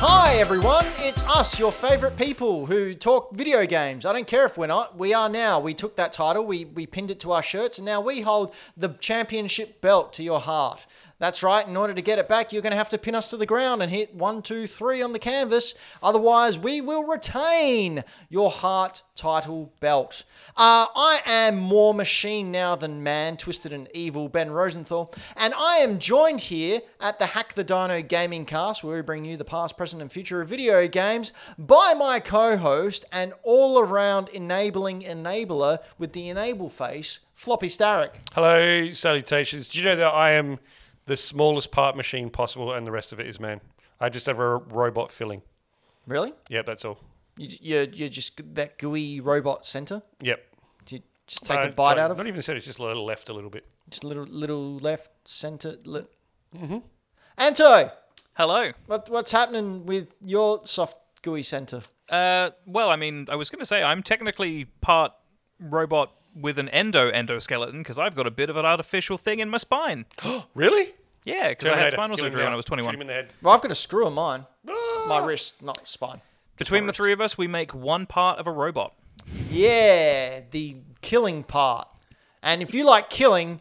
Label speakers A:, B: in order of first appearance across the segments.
A: Hi, everyone. It's us, your favorite people who talk video games. I don't care if we're not. We are now. We took that title, we, we pinned it to our shirts, and now we hold the championship belt to your heart. That's right. In order to get it back, you're going to have to pin us to the ground and hit one, two, three on the canvas. Otherwise, we will retain your heart title belt. Uh, I am more machine now than man, twisted and evil, Ben Rosenthal, and I am joined here at the Hack the Dino Gaming Cast, where we bring you the past, present, and future of video games, by my co host and all around enabling enabler with the enable face, Floppy Starrick.
B: Hello, salutations. Do you know that I am the smallest part machine possible and the rest of it is man? I just have a r- robot filling.
A: Really?
B: Yep, that's all.
A: You, you're, you're just that gooey robot center?
B: Yep.
A: Do you just take a
B: Uh,
A: bite
B: sorry,
A: out of
B: Not e-
A: it?
B: even said, it's just a little left a little bit.
A: Just little, little left, center. Li- mm-hmm. Anto,
C: Hello.
A: what, what's happening with your soft, gooey center?
C: Uh, well, I mean, I was going to say I'm technically part robot with an endo endoskeleton because I've got a bit of an artificial thing in my spine.
B: Really?
C: Yeah, because I had spinal
B: Kill him
C: surgery when
B: now.
C: I was
B: Shoot him
C: 21.
B: in the head.
A: Well, I've got a screw on mine. My
B: Ah!
A: wrist, not spine.
C: Between the three of us, we make one part of a robot.
A: Yeah, the killing part. And if you like killing,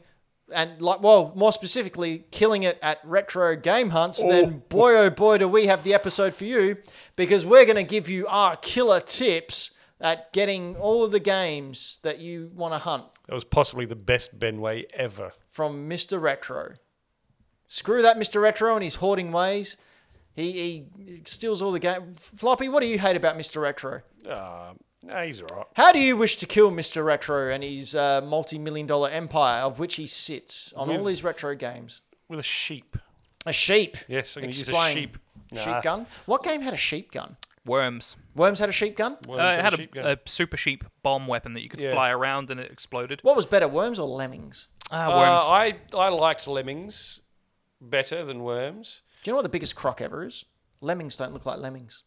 A: and like, well, more specifically, killing it at retro game hunts, then boy oh boy do we have the episode for you because we're going to give you our killer tips at getting all the games that you want to hunt
B: That was possibly the best Benway ever.
A: from Mr. Retro. Screw that Mr. Retro and his hoarding ways. He, he steals all the game. Floppy, what do you hate about Mr. Retro?
B: Ah, nah, he's all right.
A: How do you wish to kill Mr. Retro and his uh, multi million dollar empire of which he sits on all
B: With-
A: these retro games?
B: With a sheep.
A: A sheep.
B: Yes, I'm going to use a
A: Explain.
B: sheep. Nah.
A: Sheep gun? What game had a sheep gun?
C: Worms.
A: Worms had a sheep gun?
B: Well,
C: Uh, it
B: instead
C: had
B: of sheep,
C: a, a super sheep bomb weapon that you could
B: Yeah.
C: fly around and it exploded.
A: What was better, worms or lemmings?
C: Ah,
B: Uh,
C: worms.
B: I, I liked lemmings better than worms.
A: Do you know what the biggest crock ever is? Lemmings don't look like lemmings.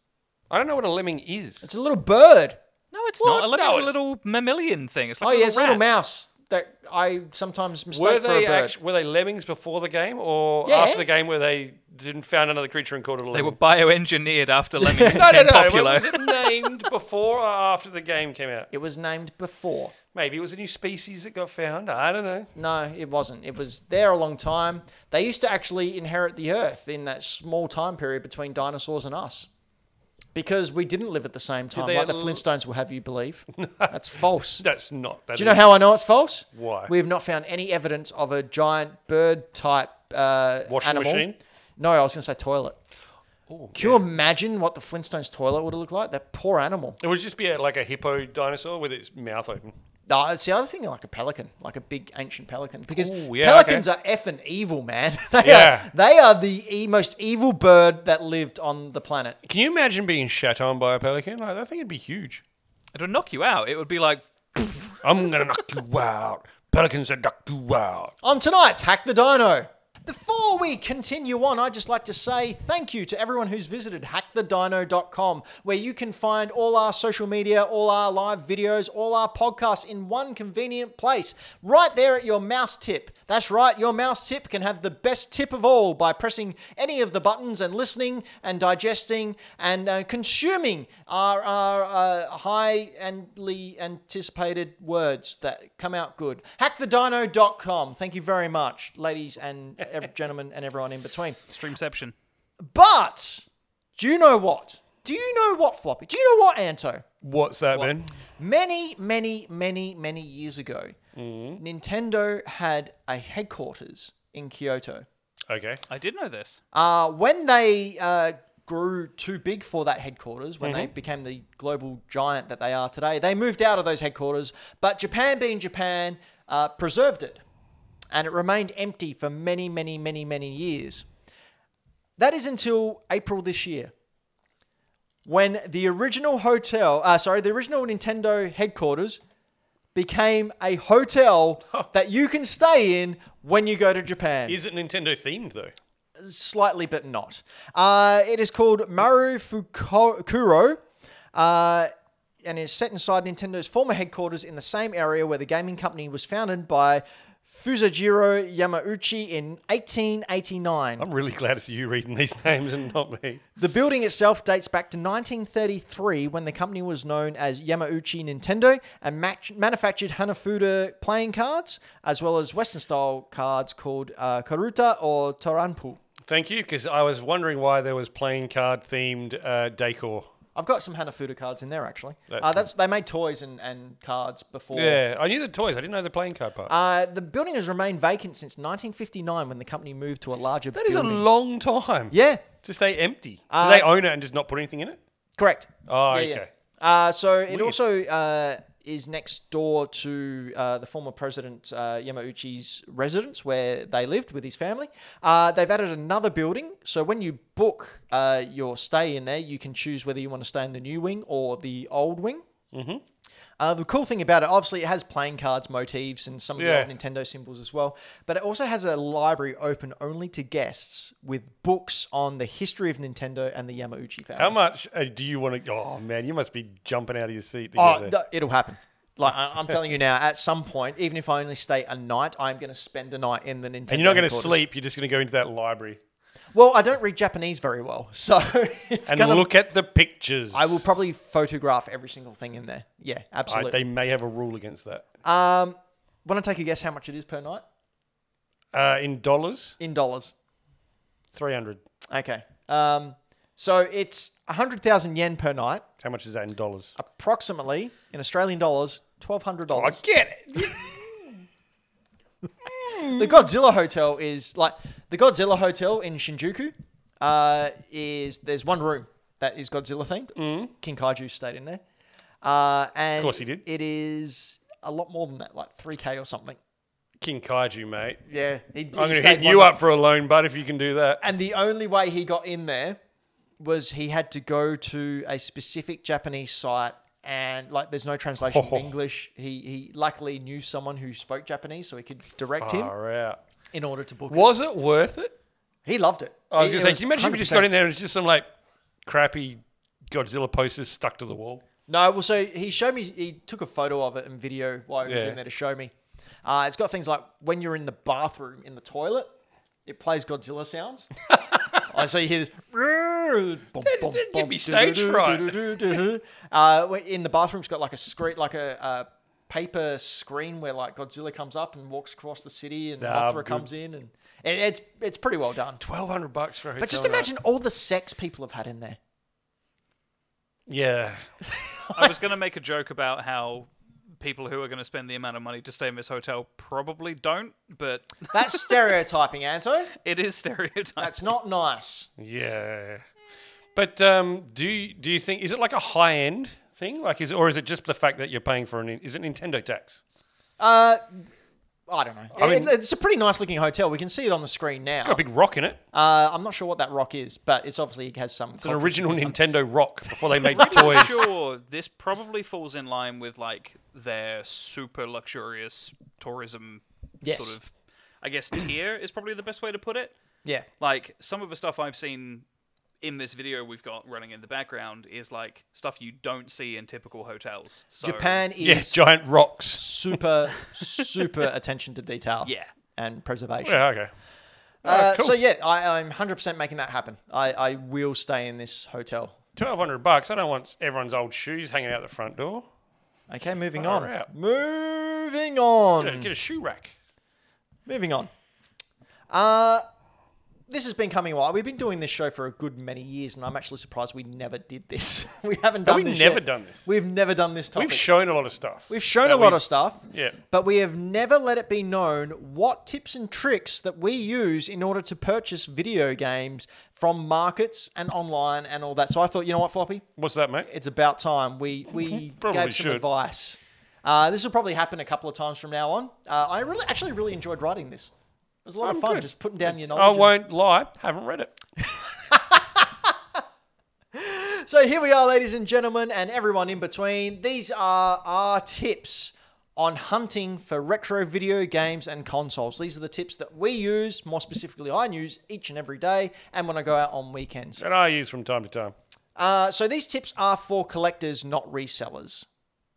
B: I don't know what a lemming is.
A: It's a little bird.
C: no, it's
B: What?
C: not. A
B: No,
C: lemming's a
B: it's-
C: little mammalian thing. It's like
A: Oh,
C: a little
A: yeah, it's a little
C: rat.
A: mouse that I sometimes mistake
B: Were
A: for a
B: they
A: bird.
B: actu- were they lemmings before the game or
A: Yeah.
B: after the game where they didn't found another creature and called it a
C: They were
B: lemming?
C: bioengineered after lemmings
B: no, no,
C: became
B: no.
C: popular.
B: Was it named before or after the game came out?
A: It was named before.
B: Maybe it was a new species that got found. I don't know.
A: No, it wasn't. It was there a long time. They used to actually inherit the earth in that small time period between dinosaurs and us. Because we didn't live at the same time,
B: they
A: like the
B: al-
A: Flintstones will have you believe. That's false.
B: That's not. That
A: Do you know how I know it's false?
B: Why?
A: We have not found any evidence of a giant bird type uh,
B: Washing
A: animal.
B: machine?
A: No, I was going to say toilet. Can you imagine what the Flintstones toilet would have looked like? That poor animal.
B: It would just be a, like a hippo dinosaur with its mouth open.
A: No, it's the other thing, like a pelican, like a big ancient pelican, because
C: Ooh, yeah,
A: pelicans are effing evil, man. they
B: Yeah.
A: are, they are the e- most evil bird that lived on the planet.
B: Can you imagine being shat on by a pelican? Like, I think it'd be huge.
C: It would knock you out. It would be like
B: I'm gonna knock you out. Pelicans are knock you out.
A: on tonight's Hack the Dino. Before we continue on, I'd just like to say thank you to everyone who's visited hackthedino.com, where you can find all our social media, all our live videos, all our podcasts in one convenient place, right there at your mouse tip. That's right, your mouse tip can have the best tip of all by pressing any of the buttons and listening and digesting and uh, consuming our, our uh, highly anticipated words that come out good. Hackthedino.com. Thank you very much, ladies and ev- gentlemen and everyone in between.
C: streamception.
A: But do you know what? Do you know what, Floppy? Do you know what, Anto?
B: What's that, Ben?
A: Many, many, many, many years ago, Nintendo had a headquarters in Kyoto.
B: Okay.
C: I did know this.
A: Uh, when they uh, grew too big for that headquarters, when they became the global giant that they are today, they moved out of those headquarters. But Japan, being Japan, uh, preserved it. And it remained empty for many, many, many, many years. That is until April this year, when the original hotel, uh, sorry, the original Nintendo headquarters became a hotel that you can stay in when you go to Japan
B: Is it Nintendo themed though?
A: slightly, but not. Uh, it is called Maru Fukuro. Uh, and is set inside Nintendo's former headquarters in the same area where the gaming company was founded by Fusajiro Yamauchi in 1889.
B: I'm really glad it's you reading these names and not me.
A: The building itself dates back to 1933 when the company was known as Yamauchi Nintendo and match- manufactured Hanafuda playing cards as well as Western style cards called uh, Karuta or Taranpu.
B: Thank you, because I was wondering why there was playing card themed uh, decor.
A: I've got some Hanafuda cards in there actually.
B: That's
A: uh, that's they made toys and, and cards before.
B: Yeah, I knew the toys. I didn't know the playing card part.
A: Uh, the building has remained vacant since 1959 when the company moved to a larger
B: that is a
A: building.
B: long time.
A: yeah,
B: To stay empty.
A: Uh,
B: Do they own it and just not put anything in it?
A: correct.
B: Oh,
A: Yeah,
B: okay.
A: yeah. Uh, so it also uh, is next door to uh, the former president uh, Yamauchi's residence where they lived with his family. Uh, they've added another building. So when you book uh, your stay in there, you can choose whether you want to stay in the new wing or the old wing.
B: Mm-hmm.
A: Uh, the cool thing about it, obviously, it has playing cards, motifs, and some of
B: Yeah.
A: the old Nintendo symbols as well. But it also has a library open only to guests with books on the history of Nintendo and the Yamauchi family.
B: How much uh, do you want to? Oh man, you must be jumping out of your seat. To
A: Oh,
B: get there.
A: th- it'll happen. Like I- I'm telling you now, at some point, even if I only stay a night, I'm going to spend a night in the Nintendo.
B: and you're not going to
A: headquarters.
B: sleep. You're just going to go into that library
A: Well, I don't read Japanese very well, so it's
B: and
A: gonna,
B: look at the pictures.
A: I will probably photograph every single thing in there. Yeah,
B: I-
A: absolutely.
B: they may have a rule against that.
A: um, want to take a guess how much it is per night
B: Uh, in dollars,
A: in dollars?
B: three hundred.
A: Okay. Um, so it's hundred thousand yen per night,
B: How much is that in dollars?
A: approximately in Australian dollars, twelve hundred
B: I
A: dollars.
B: get it.
A: The Godzilla Hotel is like the Godzilla Hotel in Shinjuku. Uh, is there's one room that is Godzilla themed. Mm. King Kaiju stayed in there, uh, and
B: Of course he did.
A: It is a lot more than that, like three k or something.
B: King Kaiju, mate.
A: Yeah, he,
B: I'm going to hit you up for a loan, bud, if you can do that.
A: And the only way he got in there was he had to go to a specific Japanese site. And like, there's no translation of
B: Ho, ho.
A: English. He he luckily knew someone who spoke Japanese, so he could direct him
B: Far out.
A: in order to book. it.
B: Was it worth it?
A: He loved it.
B: I was
A: It-
B: going
A: it
B: to say, can you imagine if you just
A: 100%.
B: got in there and it's just some like crappy Godzilla posters stuck to the wall?
A: No, well, so he showed me. He took a photo of it and video while he was
B: Yeah.
A: in there to show me. Uh, it's got things like when you're in the bathroom in the toilet, it plays Godzilla sounds. I so you hear this.
B: that'd give me stage
A: fright. uh, when- in the bathroom, it's got like a screen, like a. Uh, Paper screen where like Godzilla comes up and walks across the city, and
B: Nah, I'm
A: Mothra
B: good.
A: comes in, and it, it's it's pretty well done.
B: Twelve hundred bucks for a hotel.
A: But just
B: room.
A: imagine all the sex people have had in there.
B: Yeah.
C: I was going to make a joke about how people who are going to spend the amount of money to stay in this hotel probably don't, but
A: That's stereotyping, Anto.
C: it is stereotype.
A: That's not nice.
B: Yeah. But um, do you, do you think is it like a high end thing? Like is or is it just the fact that you're paying for an is it Nintendo tax?
A: Uh, I don't know.
B: mean-
A: It- it's a pretty nice looking hotel. We can see it on the screen now.
B: Got a big rock in it.
A: Uh, I'm not sure what that rock is, but it's obviously it has some.
B: It's an original Nintendo rock before they made toys.
C: Sure, this probably falls in line with like their super luxurious tourism
A: Yes.
C: sort of. I guess tier is probably the best way to put it.
A: Yeah.
C: Like some of the stuff I've seen in this video we've got running in the background is like stuff you don't see in typical hotels. So,
A: Japan is
B: Yeah, giant rocks.
A: super, super attention to detail.
C: Yeah.
A: And preservation.
B: Yeah, okay.
A: Uh,
B: Oh, cool.
A: So yeah, I, I'm 100% making that happen. I, I will stay in this hotel.
B: Twelve hundred bucks. I don't want everyone's old shoes hanging out the front door.
A: Okay, moving
B: Far
A: on.
B: out.
A: Moving on.
B: Get a- Get a shoe rack.
A: Moving on. Uh, this has been coming a while. We've been doing this show for a good many years, and I'm actually surprised we never did this. we haven't done
B: we
A: this.
B: never
A: yet.
B: done this.
A: We've never done this topic.
B: We've shown a lot of stuff.
A: We've shown a
B: that
A: lot
B: we-
A: of stuff,
B: Yeah.
A: but we have never let it be known what tips and tricks that we use in order to purchase video games from markets and online and all that. So I thought, you know what, Floppy?
B: What's that, mate?
A: It's about time we we
B: Probably
A: gave some
B: should.
A: advice. Uh, this will probably happen a couple of times from now on. Uh, I really, actually, really enjoyed writing this. It was a lot of
B: I'm
A: fun
B: good.
A: just putting down your
B: I
A: knowledge.
B: won't lie. Haven't read it.
A: So here we are, ladies and gentlemen, and everyone in between. These are our tips on hunting for retro video games and consoles. These are the tips that we use, more specifically, I use each and every day, and when I go out on weekends.
B: That I use from time to time.
A: Uh, so these tips are for collectors, not resellers.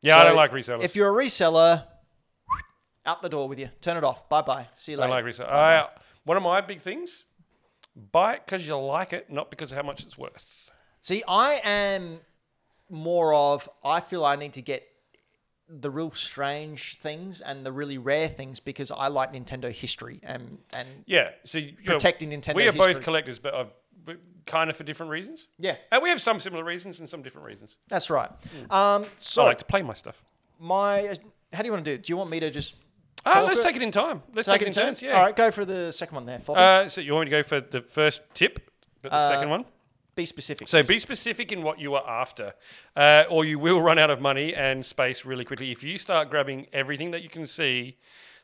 B: Yeah, I
A: So
B: don't like resellers.
A: If you're a reseller, out the door with you. Turn it off. Bye bye. See you
B: I
A: later.
B: like resellers. I, one of my big things: buy it because you like it, not because of how much it's worth.
A: See, I am more of I feel I need to get the real strange things and the really rare things because I like Nintendo history and and
B: Yeah. So you- you know,
A: Protecting Nintendo
B: We are both
A: history.
B: collectors, but uh, but kind of for different reasons.
A: yeah,
B: And we have some similar reasons and some different reasons.
A: that's right.
B: Hmm.
A: Um, so
B: I like to play my stuff.
A: my how do you want to do it? Do you want me to just
B: Ah,
A: talk
B: let's
A: it-
B: take it in time. Let's take, it in turns. Yeah.
A: All right, go for the second one there. Floppy.
B: Uh, so you want me to go for the first tip, but
A: Uh,
B: the second one?
A: be specific.
B: So be specific in what you are after, uh, or you will run out of money and space really quickly. If you start grabbing everything that you can see,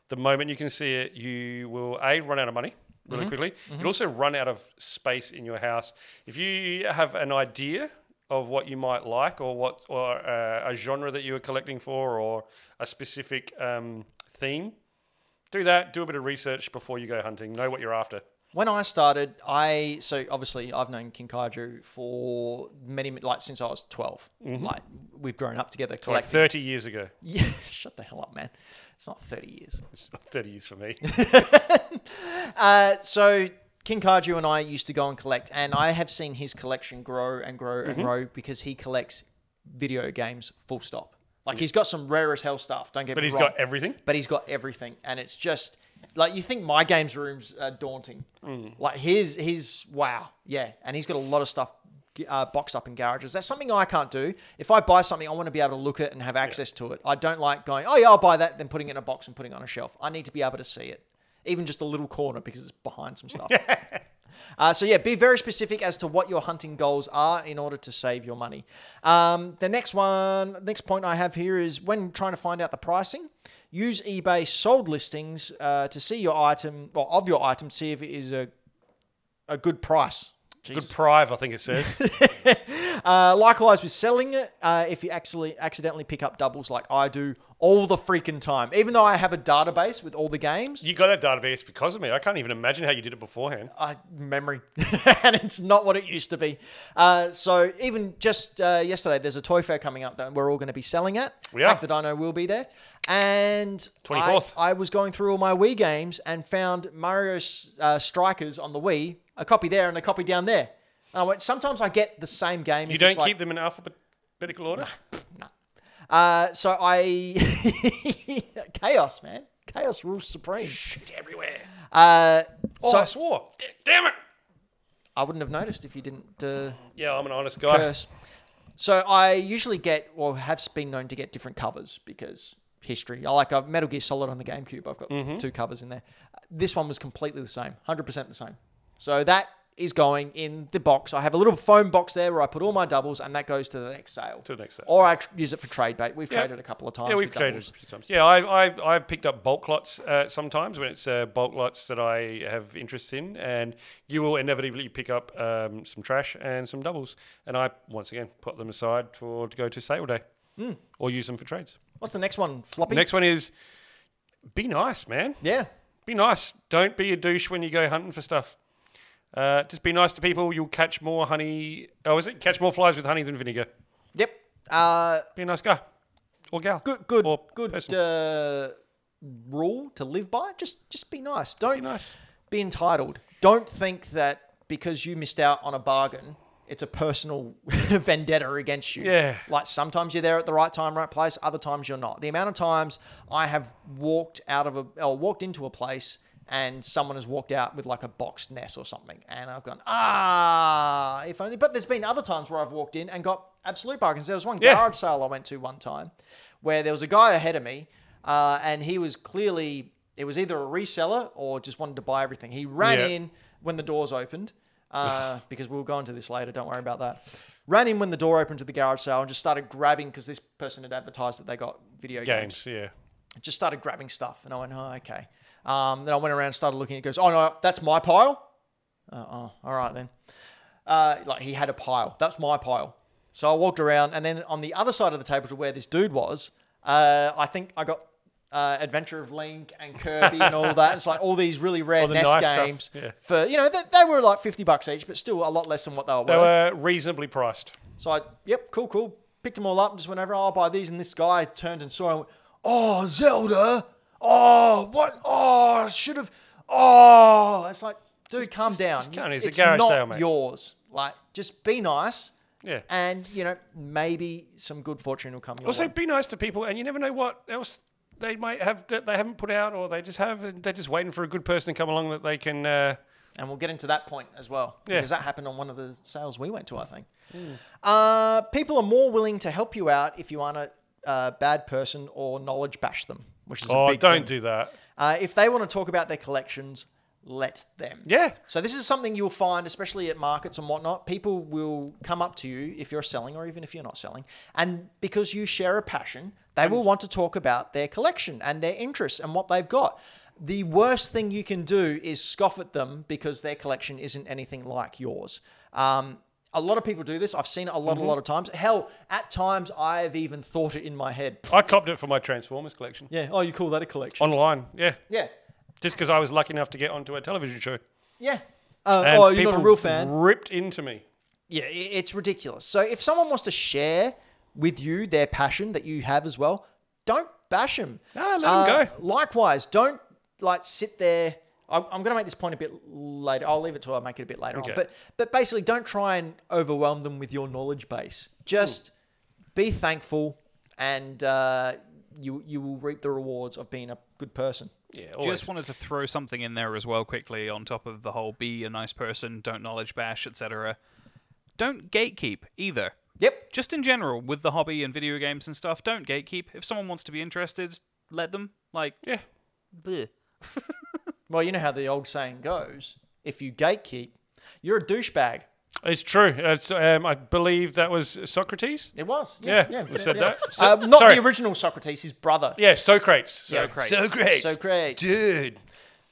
B: the moment you can see it, you will a run out of money really quickly. You'll also run out of space in your house. If you have an idea of what you might like, or what, or uh, a genre that you are collecting for, or a specific um, theme, do that. Do a bit of research before you go hunting. Know what you're after.
A: when I started, I so obviously I've known Kinkaju for many like since I was 12
B: Mm-hmm.
A: Like we've grown up together
B: Like
A: collecting.
B: 30 years ago,
A: yeah, shut the hell up, man. It's not thirty years.
B: it's not 30 years for me.
A: Uh, so Kinkaju and I used to go and collect, and I have seen his collection grow and grow
B: Mm-hmm.
A: and grow because he collects video games. Full stop. Like he's got some rare as hell stuff. Don't get
B: But
A: me
B: he's
A: wrong.
B: got everything.
A: but he's got everything, and it's just like you think my games room's uh, daunting. Like his his wow, yeah, and he's got a lot of stuff uh, boxed up in garages. That's something I can't do. If I buy something, I want to be able to look at it and have access to it. I don't like going, oh yeah, I'll buy that, then putting it in a box and putting it on a shelf. I need to be able to see it, even just a little corner because it's behind some stuff. Uh, so yeah, be very specific as to what your hunting goals are in order to save your money. Um, the next one, next point I have here is when trying to find out the pricing, use eBay sold listings uh, to see your item or of your item, see if it is a a good price.
B: Good prive, I think it says.
A: Uh, likewise with selling it, uh, if you actually accidentally pick up doubles like I do all the freaking time, even though I have a database with all the games.
B: you got that database because of me. I can't even imagine how you did it beforehand.
A: uh, memory, and it's not what it used to be. Uh, so even just uh, yesterday, there's a toy fair coming up that we're all going to be selling at.
B: We are.
A: Hack the Dino will be there, and I-
B: 24th.
A: I, was going through all my Wii games and found Mario uh, Strikers on the Wii, a copy there and a copy down there. And I went. Sometimes I get the same game.
B: You
A: if
B: don't
A: it's like-
B: keep them in alphabetical order?
A: Uh, so I chaos, man. Chaos rules supreme.
B: Shit everywhere.
A: Uh,
B: Oh,
A: so
B: I swore. D- damn it.
A: I wouldn't have noticed if you didn't. Uh,
B: Yeah, I'm an honest guy.
A: curse. So I usually get, or have been known to get different covers because history. I like I've Metal Gear Solid on the GameCube. I've got
B: Mm-hmm.
A: two covers in there. Uh, This one was completely the same, hundred percent the same. So that is going in the box. I have a little foam box there where I put all my doubles, and that goes to the next sale.
B: To the next sale.
A: Or I tr- use it for trade bait. We've
B: Yeah.
A: traded a couple of times.
B: Yeah, we've
A: with
B: traded
A: doubles.
B: a few times. Yeah, I've, I've, I've picked up bulk lots uh, sometimes when it's uh, bulk lots that I have interests in, and you will inevitably pick up um, some trash and some doubles. And I, once again, put them aside for to go to sale day
A: Hmm.
B: or use them for trades.
A: What's the next one? Floppy.
B: Next one is be nice, man.
A: Yeah.
B: be nice. Don't be a douche when you go hunting for stuff. Uh, just be nice to people. You'll catch more honey. Oh, is it catch more flies with honey than vinegar?
A: Yep. Uh,
B: Be a nice guy or gal.
A: good. Good.
B: Or
A: good.
B: person.
A: Uh, rule to live by. Just. Just be nice. Don't.
B: Be nice.
A: be entitled. Don't think that because you missed out on a bargain, it's a personal vendetta against you.
B: Yeah.
A: Like sometimes you're there at the right time, right place. Other times you're not. The amount of times I have walked out of a or walked into a place and someone has walked out with like a boxed nest or something, and I've gone ah, if only. But there's been other times where I've walked in and got absolute bargains. There was one
B: Yeah.
A: garage sale I went to one time where there was a guy ahead of me, uh, and he was clearly it was either a reseller or just wanted to buy everything. He ran
B: Yeah.
A: in when the doors opened, uh, because we'll go into this later. Don't worry about that. Ran in when the door opened to the garage sale and just started grabbing because this person had advertised that they got video games.
B: Games, yeah.
A: Just started grabbing stuff, and I went, "Oh, okay." Um, then I went around, and started looking. It goes, "Oh no, that's my pile." Uh, oh, all right then. Uh, like he had a pile. That's my pile. So I walked around, and then on the other side of the table to where this dude was, uh, I think I got uh, Adventure of Link and Kirby and all that. It's like all these really rare
B: All the
A: NES
B: nice stuff,
A: games
B: yeah.
A: for you know they, they were like fifty bucks each, but still a lot less than what they were
B: They
A: worth.
B: were reasonably priced.
A: So I, yep, cool, cool. Picked them all up just whenever I'll buy these. And this guy turned and saw and went, Oh, Zelda. Oh, what? Oh, I should have. Oh, it's like, dude, calm down.
B: can't. It's a
A: it's
B: garage
A: not
B: sale, mate.
A: yours. Like, just be nice.
B: Yeah.
A: And, you know, maybe some good fortune will come your
B: Also,
A: way.
B: be nice to people, and you never know what else they might have that they haven't put out, or they just have, and they're just waiting for a good person to come along that they can. Uh,
A: And we'll get into that point as well.
B: Yeah.
A: Because that happened on one of the sales we went to, I think. Uh, people are more willing to help you out if you aren't a uh, bad person or knowledge bash them, which is a
B: oh,
A: big
B: don't
A: thing.
B: do that.
A: Uh, if they want to talk about their collections, let them.
B: Yeah.
A: So this is something you'll find, especially at markets and whatnot. People will come up to you if you're selling, or even if you're not selling, and because you share a passion, they will want to talk about their collection and their interests and what they've got. The worst thing you can do is scoff at them because their collection isn't anything like yours. Um, a lot of people do this. I've seen it a lot, a lot of times. Hell, at times I've even thought it in my head.
B: I copped it for my Transformers collection
A: Yeah. Oh, you call that a collection?
B: online. Yeah,
A: yeah.
B: just because I was lucky enough to get onto a television show.
A: Yeah. Uh,
B: And
A: oh, you're not a
B: people
A: real fan.
B: Ripped into me.
A: Yeah, i- it's ridiculous. So if someone wants to share with you their passion that you have as well, don't bash them.
B: No, let 'em go.
A: Likewise, don't like sit there. I'm, I'm going to make this point a bit later. I'll leave it till I make it a bit later
B: Okay.
A: on. But but basically, don't try and overwhelm them with your knowledge base. Just be thankful, and uh, you you will reap the rewards of being a good person.
B: Yeah, always.
C: Just wanted to throw something in there as well quickly on top of the whole be a nice person, don't knowledge bash, etc. Don't gatekeep either.
A: Yep.
C: Just in general with the hobby and video games and stuff, don't gatekeep. If someone wants to be interested, let them. Like,
B: yeah.
C: bleh.
A: Well, you know how the old saying goes: if you gatekeep, you're a douchebag.
B: It's true. It's, um, I believe that was Socrates.
A: It was.
B: Yeah, we said that.
A: Uh,
B: So-
A: not
B: sorry.
A: the original Socrates, his brother.
B: Yeah, Socrates. So-
C: Socrates.
B: Socrates.
A: Socrates.
B: Dude.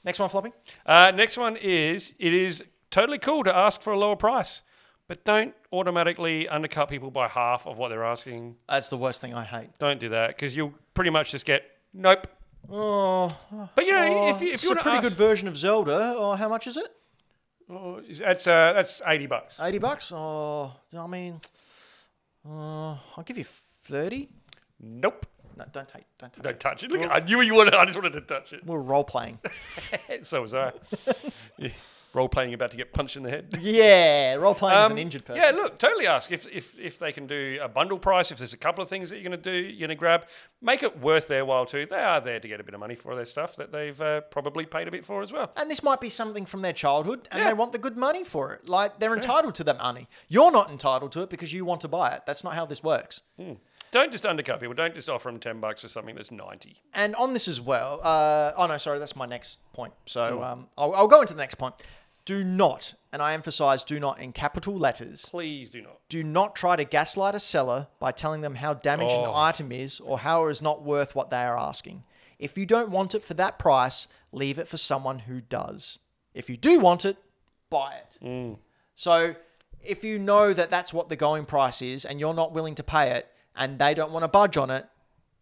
A: Next one, flopping.
B: Uh, next one is it is totally cool to ask for a lower price, but don't automatically undercut people by half of what they're asking.
A: That's the worst thing I hate.
B: Don't do that because you'll pretty much just get nope.
A: Oh,
B: But you know, if you, if
A: it's
B: you
A: a
B: want to
A: pretty
B: ask,
A: good version of Zelda. Oh, how much is it?
B: Oh, is- that's uh, that's eighty bucks.
A: Eighty bucks. Oh, I mean, uh, I'll give you thirty.
B: Nope,
A: No, don't take. Don't take.
B: don't touch it. Look, I knew you wanted. I just wanted to touch it.
A: We're role playing.
B: so was I. Yeah. Role playing about to get punched in the head.
A: yeah, role playing as
B: Um,
A: an injured person.
B: Yeah, look, totally ask if, if if they can do a bundle price. If there's a couple of things that you're going to do, you're going to grab, make it worth their while too. They are there to get a bit of money for their stuff that they've uh, probably paid a bit for as well.
A: And this might be something from their childhood, and
B: Yeah.
A: they want the good money for it. Like they're entitled to that money. You're not entitled to it because you want to buy it. That's not how this works.
B: Don't just undercut people. Don't just offer them ten bucks for something that's ninety.
A: and on this as well. Uh, oh no, sorry, that's my next point. So um, I'll, I'll go into the next point. Do not, and I emphasize, do not in capital letters.
B: Please do not.
A: Do not try to gaslight a seller by telling them how damaged an
B: Oh.
A: item is or how it is not worth what they are asking. If you don't want it for that price, leave it for someone who does. If you do want it, buy it.
B: Mm.
A: So if you know that that's what the going price is and you're not willing to pay it and they don't want to budge on it,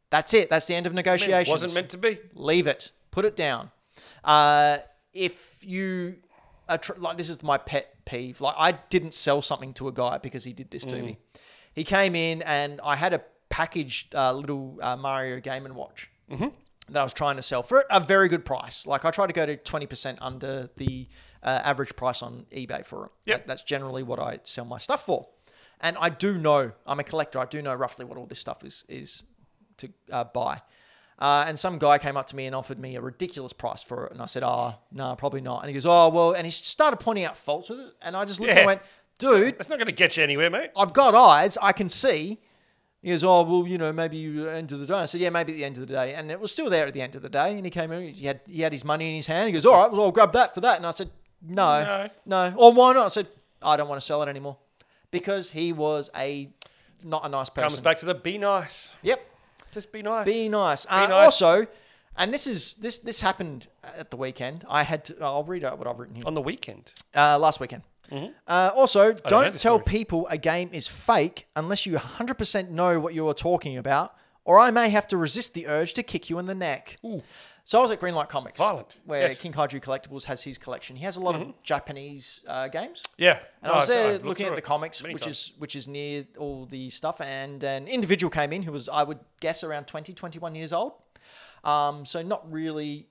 A: that's it. That's the end of negotiations
B: It wasn't meant to be.
A: leave it, put it down. Uh, if you are tr- like, this is my pet peeve. Like, I didn't sell something to a guy because he did this to me. He came in and I had a packaged uh, little uh, Mario game and watch that I was trying to sell for a very good price. Like, I tried to go to twenty percent under the uh, average price on eBay for it.
B: Yep.
A: That- that's generally what I sell my stuff for. And I do know I'm a collector. I do know roughly what all this stuff is is to uh, buy. Uh, and some guy came up to me and offered me a ridiculous price for it. And I said, oh, no, probably not. And he goes, oh, well, and he started pointing out faults with it. And I just looked
B: Yeah.
A: and went, dude,
B: That's not going to get you anywhere, mate.
A: I've got eyes. I can see. He goes, oh, well, you know, maybe you end of the day. I said, yeah, maybe at the end of the day. And it was still there at the end of the day. And he came in, he had, he had his money in his hand. He goes, all right, well, I'll grab that for that. And I said, no, no. Or why not? I said, I don't want to sell it anymore because he was a, not a nice person.
B: Comes back to the be nice.
A: Yep.
B: Just be nice.
A: Be nice. Uh,
B: nice.
A: Also, and this is this this happened at the weekend. I had to. I'll read out what I've written here.
B: on the weekend.
A: Uh, last weekend.
B: Mm-hmm.
A: Uh, also,
B: know
A: don't
B: this
A: tell
B: story.
A: people a game is fake unless you 100% know what you are talking about or I may have to resist the urge to kick you in the neck. So I was at Greenlight Comics,
B: Violent.
A: where
B: Yes.
A: King Kaiju Collectibles has his collection. He has a lot of Japanese uh, games.
B: Yeah.
A: And
B: No,
A: I was
B: I've- Oh, I've
A: there
B: looked
A: looking at
B: through it
A: the comics,
B: many
A: which
B: times.
A: is which is near all the stuff, and an individual came in who was, I would guess, around 20, 21 years old. Um, so not really,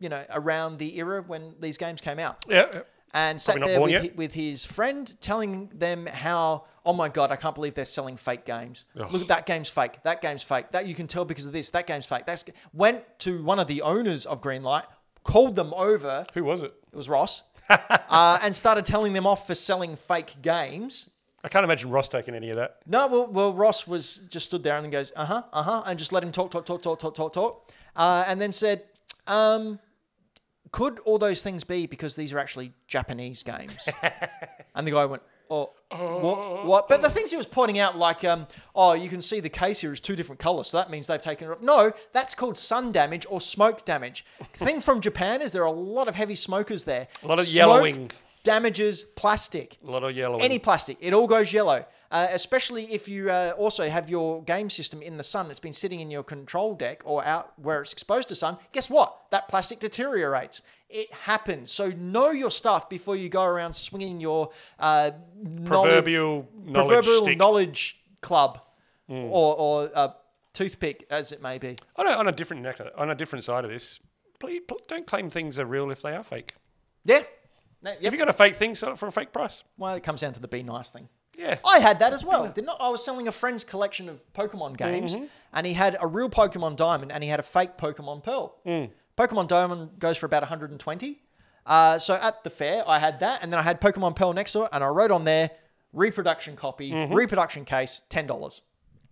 A: you know, around the era when these games came out,
B: Yeah. yeah.
A: and sat
B: Probably not
A: there
B: born
A: with,
B: yet.
A: hi- with his friend, telling them how, oh my god, I can't believe they're selling fake games. Look at that game's fake. That game's fake. That you can tell because of this. That game's fake. That's went to one of the owners of Greenlight, called them over,
B: Who was it?
A: it was Ross, uh, and started telling them off for selling fake games.
B: I can't imagine Ross taking any of that.
A: No, well, well Ross was just stood there and goes, uh huh, uh huh, and just let him talk, talk, talk, talk, talk, talk, talk, uh, and then said, um, could all those things be because these are actually Japanese games? and the guy went, oh. What, what? But the things he was pointing out, like, um, oh, you can see the case here is two different colors, so that means they've taken it off. No, that's called sun damage or smoke damage. thing from Japan is there are a lot of heavy smokers there. A
B: lot of yellowing.
A: damages plastic
B: A lot of yellow.
A: any plastic. It all goes yellow. Uh, especially if you uh, also have your game system in the sun, it's been sitting in your control deck or out where it's exposed to sun. Guess what? That plastic deteriorates. It happens. So know your stuff before you go around swinging your uh, knowledge,
B: proverbial knowledge.
A: proverbial
B: stick. Mm.
A: knowledge club or, or uh, toothpick, as it may be.
B: on, a, on a different neck, on a different side of this, please, pl- don't claim things are real if they are fake.
A: Yeah. No,
B: If
A: yep.
B: you got a fake thing, sell it for a fake price.
A: Well, it comes down to the be nice thing.
B: Yeah.
A: I had that as well. Did not I was selling a friend's collection of Pokemon
B: Mm-hmm.
A: games, and he had a real Pokemon Diamond and he had a fake Pokemon Pearl.
B: Mm.
A: Pokemon Diamond goes for about 120. Uh, so at the fair, I had that, and then I had Pokemon Pearl next door, and I wrote on there reproduction copy,
B: Mm-hmm.
A: reproduction case, ten dollars.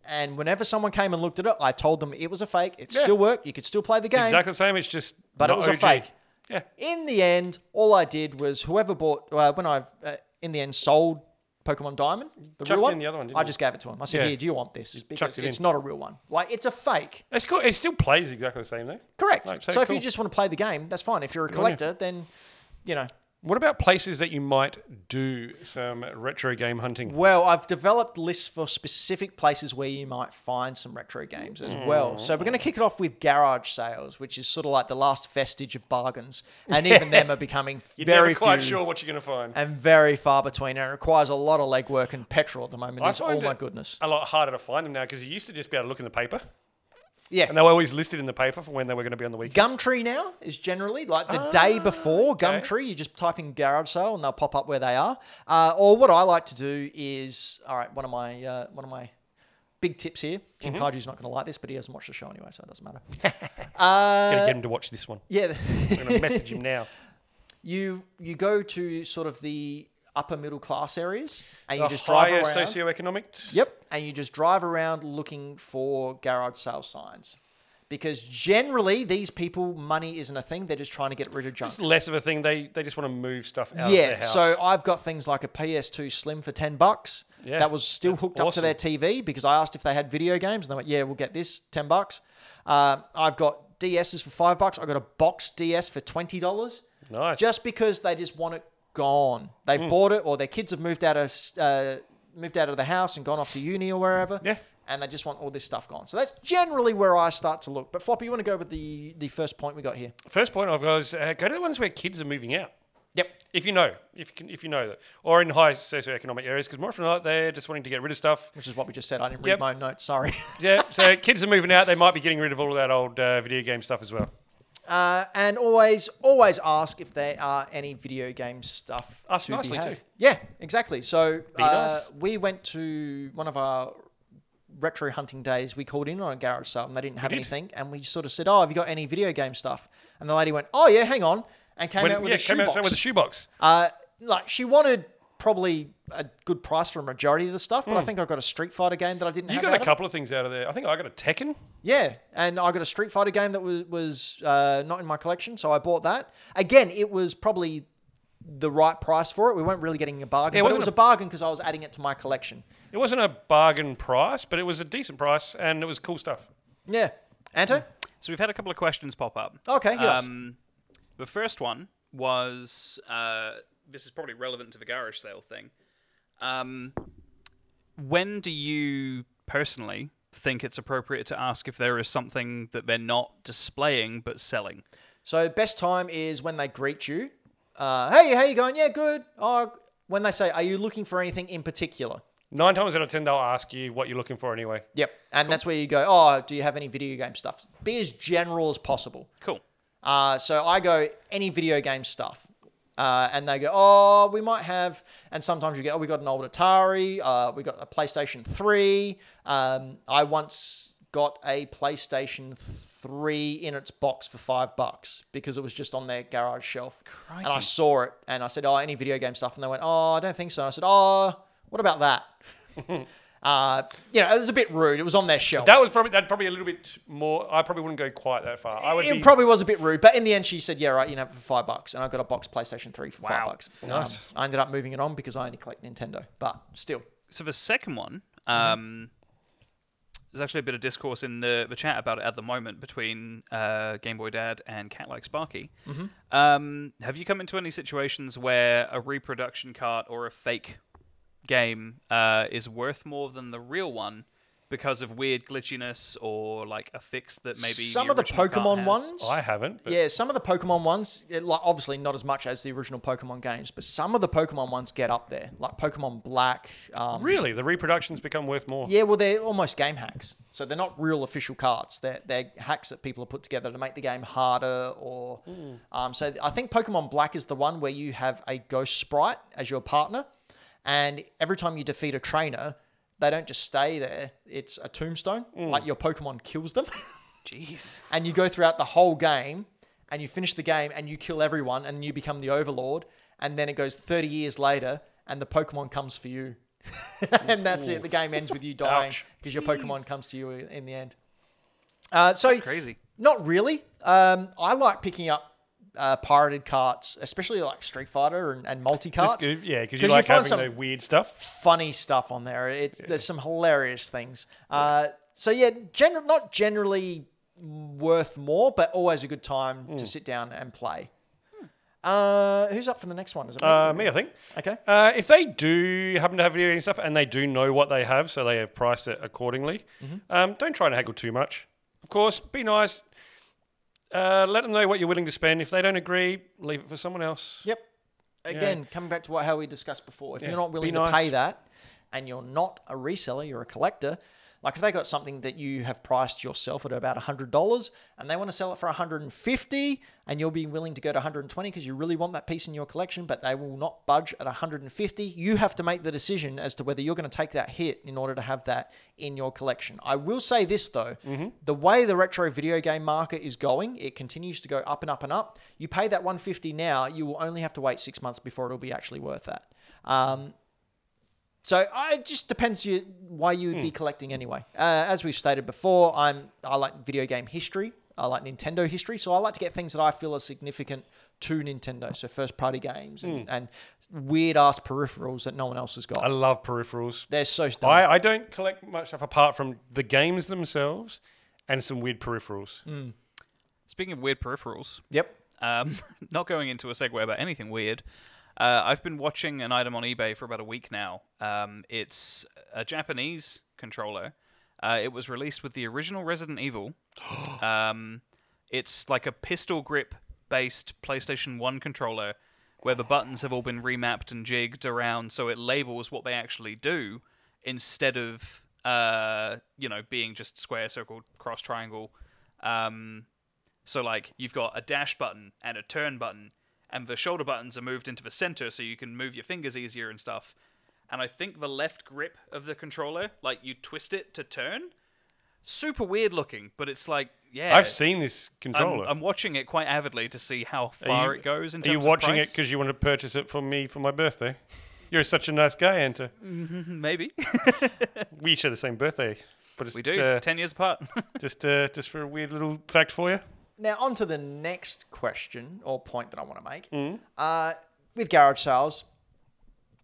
A: And whenever someone came and looked at it, I told them it was a fake. It
B: Yeah.
A: still worked. You could still play the game.
B: Exactly the same. It's just.
A: But it
B: not
A: was a
B: OG.
A: fake.
B: Yeah.
A: In the end, all I did was whoever bought uh, when I uh, in the end sold Pokemon Diamond, the
B: Chucked
A: real one.
B: in the other one, didn't
A: I
B: you?
A: just gave it to him. I said,
B: Yeah.
A: "Here, do you want this? Because
B: chucked it
A: it's
B: in.
A: not a real one. Like it's a fake."
B: It's cool. It still plays exactly the same though.
A: Correct.
B: Like,
A: so
B: so
A: if you
B: cool.
A: just want to play the game, that's fine. If you're a
B: on you.
A: collector, then you know.
B: What about places that you might do some retro game hunting?
A: Well, I've developed lists for specific places where you might find some retro games as well. So we're going to kick it off with garage sales, which is sort of like the last vestige of bargains, and even them are becoming very
B: Never quite
A: few.
B: sure what you're going to find.
A: and very far between and it requires a lot of legwork and petrol at the moment.
B: I
A: It's, oh
B: find
A: my
B: it-
A: goodness.
B: A lot harder to find them now because you used to just be able to look in the paper,
A: Yeah.
B: and they were always listed in the paper for when they were going to be on the weekend.
A: Gumtree now is generally like the day
B: Ah,
A: before Gumtree. You just type in garage sale and they'll pop up where they are. Uh, or what I like to do is, all right, one of my uh, one of my big tips here. King
B: Mm-hmm.
A: Kaiju's not going to like this, but he doesn't watch the show anyway, so it doesn't matter.
B: I'm going to get him to watch this one.
A: Yeah,
B: I'm going to message him now.
A: you you go to sort of the upper middle class areas and you
B: The
A: just drive
B: higher
A: around.
B: socioeconomic.
A: Yep. And you just drive around looking for garage sale signs. Because generally, these people, money isn't a thing. They're just trying to get rid of junk.
B: It's less of a thing. They they just want to move stuff out of
A: Yeah.
B: their house.
A: So I've got things like a PS2 Slim for 10 bucks.
B: Yeah,
A: that was still
B: that's
A: hooked up to their TV because I asked if they had video games. And they went, yeah, we'll get this, 10 bucks. Uh, I've got DSs for 5 bucks. I got a box DS for $20
B: nice.
A: just because they just want it gone. They've
B: Hmm.
A: bought it, or their kids have moved out of uh, moved out of the house and gone off to uni or wherever.
B: Yeah.
A: and they just want all this stuff gone. So that's generally where I start to look. But Floppy, you want to go with the the first point we got here?
B: First point I've got is uh, go to the ones where kids are moving out.
A: Yep.
B: If you know, if you, can, if you know that, or in high socioeconomic areas, because more often than not, they're just wanting to get rid of stuff.
A: Which is what we just said. I didn't read
B: Yep.
A: my own notes. Sorry.
B: Yeah, so kids are moving out. They might be getting rid of all of that old uh, video game stuff as well.
A: Uh, and always, always ask if there are any video game stuff.
B: Ask
A: to be
B: nicely,
A: had.
B: too.
A: Yeah, exactly. So uh,
B: nice.
A: we went to one of our retro hunting days. We called in on a garage sale and they didn't have anything. And we sort of said, "Oh, have you got any video game stuff?" And the lady went, "Oh yeah, hang on," and came
B: When,
A: out with
B: yeah,
A: a
B: came
A: shoebox.
B: outside with a shoebox.
A: uh, like she wanted probably a good price for a majority of the stuff, but I think I got a Street Fighter game that I didn't.
B: Hmm. You
A: have
B: got
A: out
B: a
A: of it.
B: couple of things out of there. I think I got a Tekken.
A: Yeah, and I got a Street Fighter game that was was uh, not in my collection, so I bought that. Again, it was probably the right price for it. We weren't really getting a bargain,
B: Yeah, it
A: but it
B: wasn't
A: was
B: a-
A: a bargain because I was adding it to my collection.
B: It wasn't a bargain price, but it was a decent price, and it was cool stuff.
A: Yeah, Anto.
B: Hmm.
C: So we've had a couple of questions pop up.
A: Okay, yes.
C: Um, the first one was uh, this is probably relevant to the garage sale thing. Um, when do you personally think it's appropriate to ask if there is something that they're not displaying but selling.
A: So best time is when they greet you. Uh, hey, how you going? Yeah, good. Oh, when they say, "Are you looking for anything in particular?"
B: Nine times out of ten, they'll ask you what you're looking for anyway.
A: Yep, and that's where you go. Oh, do you have any video game stuff? Be as general as possible.
C: Cool.
A: Uh, so I go any video game stuff, uh, and they go, "Oh, we might have." And sometimes you go, "Oh, we got an old Atari. Uh, we got a PlayStation Three. Um, I once got a PlayStation Three in its box for five bucks because it was just on their garage shelf, and I
C: Crikey.
A: saw it, and I said, "Oh, any video game stuff?" And they went, "Oh, I don't think so." And I said, "Oh, what about that?" uh, you know, it was a bit rude. It was on their shelf.
B: That was probably that probably a little bit more. I probably wouldn't go quite that far. I would
A: it
B: be,
A: probably was a bit rude, but in the end, she said, "Yeah, right, you know, for five bucks," and I got a box PlayStation Three for five
C: Wow.
A: bucks. Nice. I ended up moving it on because I only collect Nintendo, but still,
C: So the second one,
A: Mm-hmm.
C: um, there's actually a bit of discourse in the, the chat about it at the moment between uh, Game Boy Dad and Cat Like Sparky.
A: Mm-hmm.
C: Um, have you come into any situations where a reproduction cart or a fake game uh, is worth more than the real one because of weird glitchiness or like a fix that maybe
A: some of the
C: original cart
A: Pokemon
C: has?
A: ones.
B: I haven't. But
A: yeah, some of the Pokemon ones, it, like, obviously not as much as the original Pokemon games, but some of the Pokemon ones get up there, like Pokemon Black. Um,
B: Really, the reproductions become worth more.
A: yeah, well, they're almost game hacks, so they're not real official cards. They're they're hacks that people have put together to make the game harder, or um, so I think Pokemon Black is the one where you have a ghost sprite as your partner, and every time you defeat a trainer, they don't just stay there. It's a tombstone, like your Pokemon kills them.
C: Jeez.
A: and you go throughout the whole game and you finish the game and you kill everyone and you become the overlord and then it goes 30 years later and the pokemon comes for you and that's it the game ends with you dying
B: Ouch.
A: because your pokemon comes to you i- in the end uh, so
C: Crazy.
A: not really um, i like picking up uh, pirated carts especially like street fighter and, and
B: Just
A: multi-carts
B: go- yeah, because
A: 'Cause you
B: you like
A: find
B: having
A: some-
B: the weird stuff.
A: funny stuff on there. It's there's some hilarious things. Uh, so yeah, general not generally worth more, but always a good time
B: Mm.
A: to sit down and play. Uh, who's up for the next one? Is it me?
B: Uh, me, I think.
A: okay.
B: Uh, if they do happen to have video game stuff and they do know what they have, so they have priced it accordingly,
A: Mm-hmm.
B: um, don't try and haggle too much. Of course, be nice. Uh, let them know what you're willing to spend. If they don't agree, leave it for someone else.
A: Yep. Again, coming back to what how we discussed before, if you're not
B: be
A: willing to
B: nice.
A: pay that, and you're not a reseller, you're a collector. Like if they got something that you have priced yourself at about hundred dollars, and they want to sell it for one hundred and fifty, and you'll be willing to go to one hundred and twenty because you really want that piece in your collection, but they will not budge at one hundred and fifty. You have to make the decision as to whether you're going to take that hit in order to have that in your collection. I will say this though: the way the retro video game market is going, it continues to go up and up and up. You pay that one fifty now, you will only have to wait six months before it'll be actually worth that. Um, so I, it just depends you, why you would
B: Hmm.
A: be collecting anyway. Uh, as we've stated before, I'm I like video game history. I like Nintendo history, so I like to get things that I feel are significant to Nintendo. So first party games and, and weird ass peripherals that no one else has
B: Hmm. I
A: got.
B: love peripherals.
A: They're so dumb.
B: I, I don't collect much stuff apart from the games themselves and some weird peripherals.
C: Speaking of weird peripherals,
A: yep.
C: Um, not going into a segue about anything weird. Uh, I've been watching an item on eBay for about a week now. Um, it's a Japanese controller. Uh, it was released with the original Resident Evil. Um, it's like a pistol grip based PlayStation 1 controller where the buttons have all been remapped and jigged around so it labels what they actually do instead of, uh, you know, being just square, circle, cross, triangle. Um, so like you've got a dash button and a turn button, and the shoulder buttons are moved into the center so you can move your fingers easier and stuff. And I think the left grip of the controller, like you twist it to turn, super weird looking, but it's like yeah.
B: I've seen this
C: I'm,
B: controller.
C: I'm watching it quite avidly to see how far it goes. In
B: Are
C: terms
B: you
C: of
B: watching it
C: price.
B: because you want to purchase it for me for my birthday? You're such a nice guy, Anta.
C: Mm. Maybe
B: We share the same birthday. But it's,
C: we do.
B: Uh,
C: Ten years apart.
B: just, uh, just for a weird little fact for you.
A: Now on to the next question or point that I want to make.
B: Hmm.
A: Uh, with garage sales,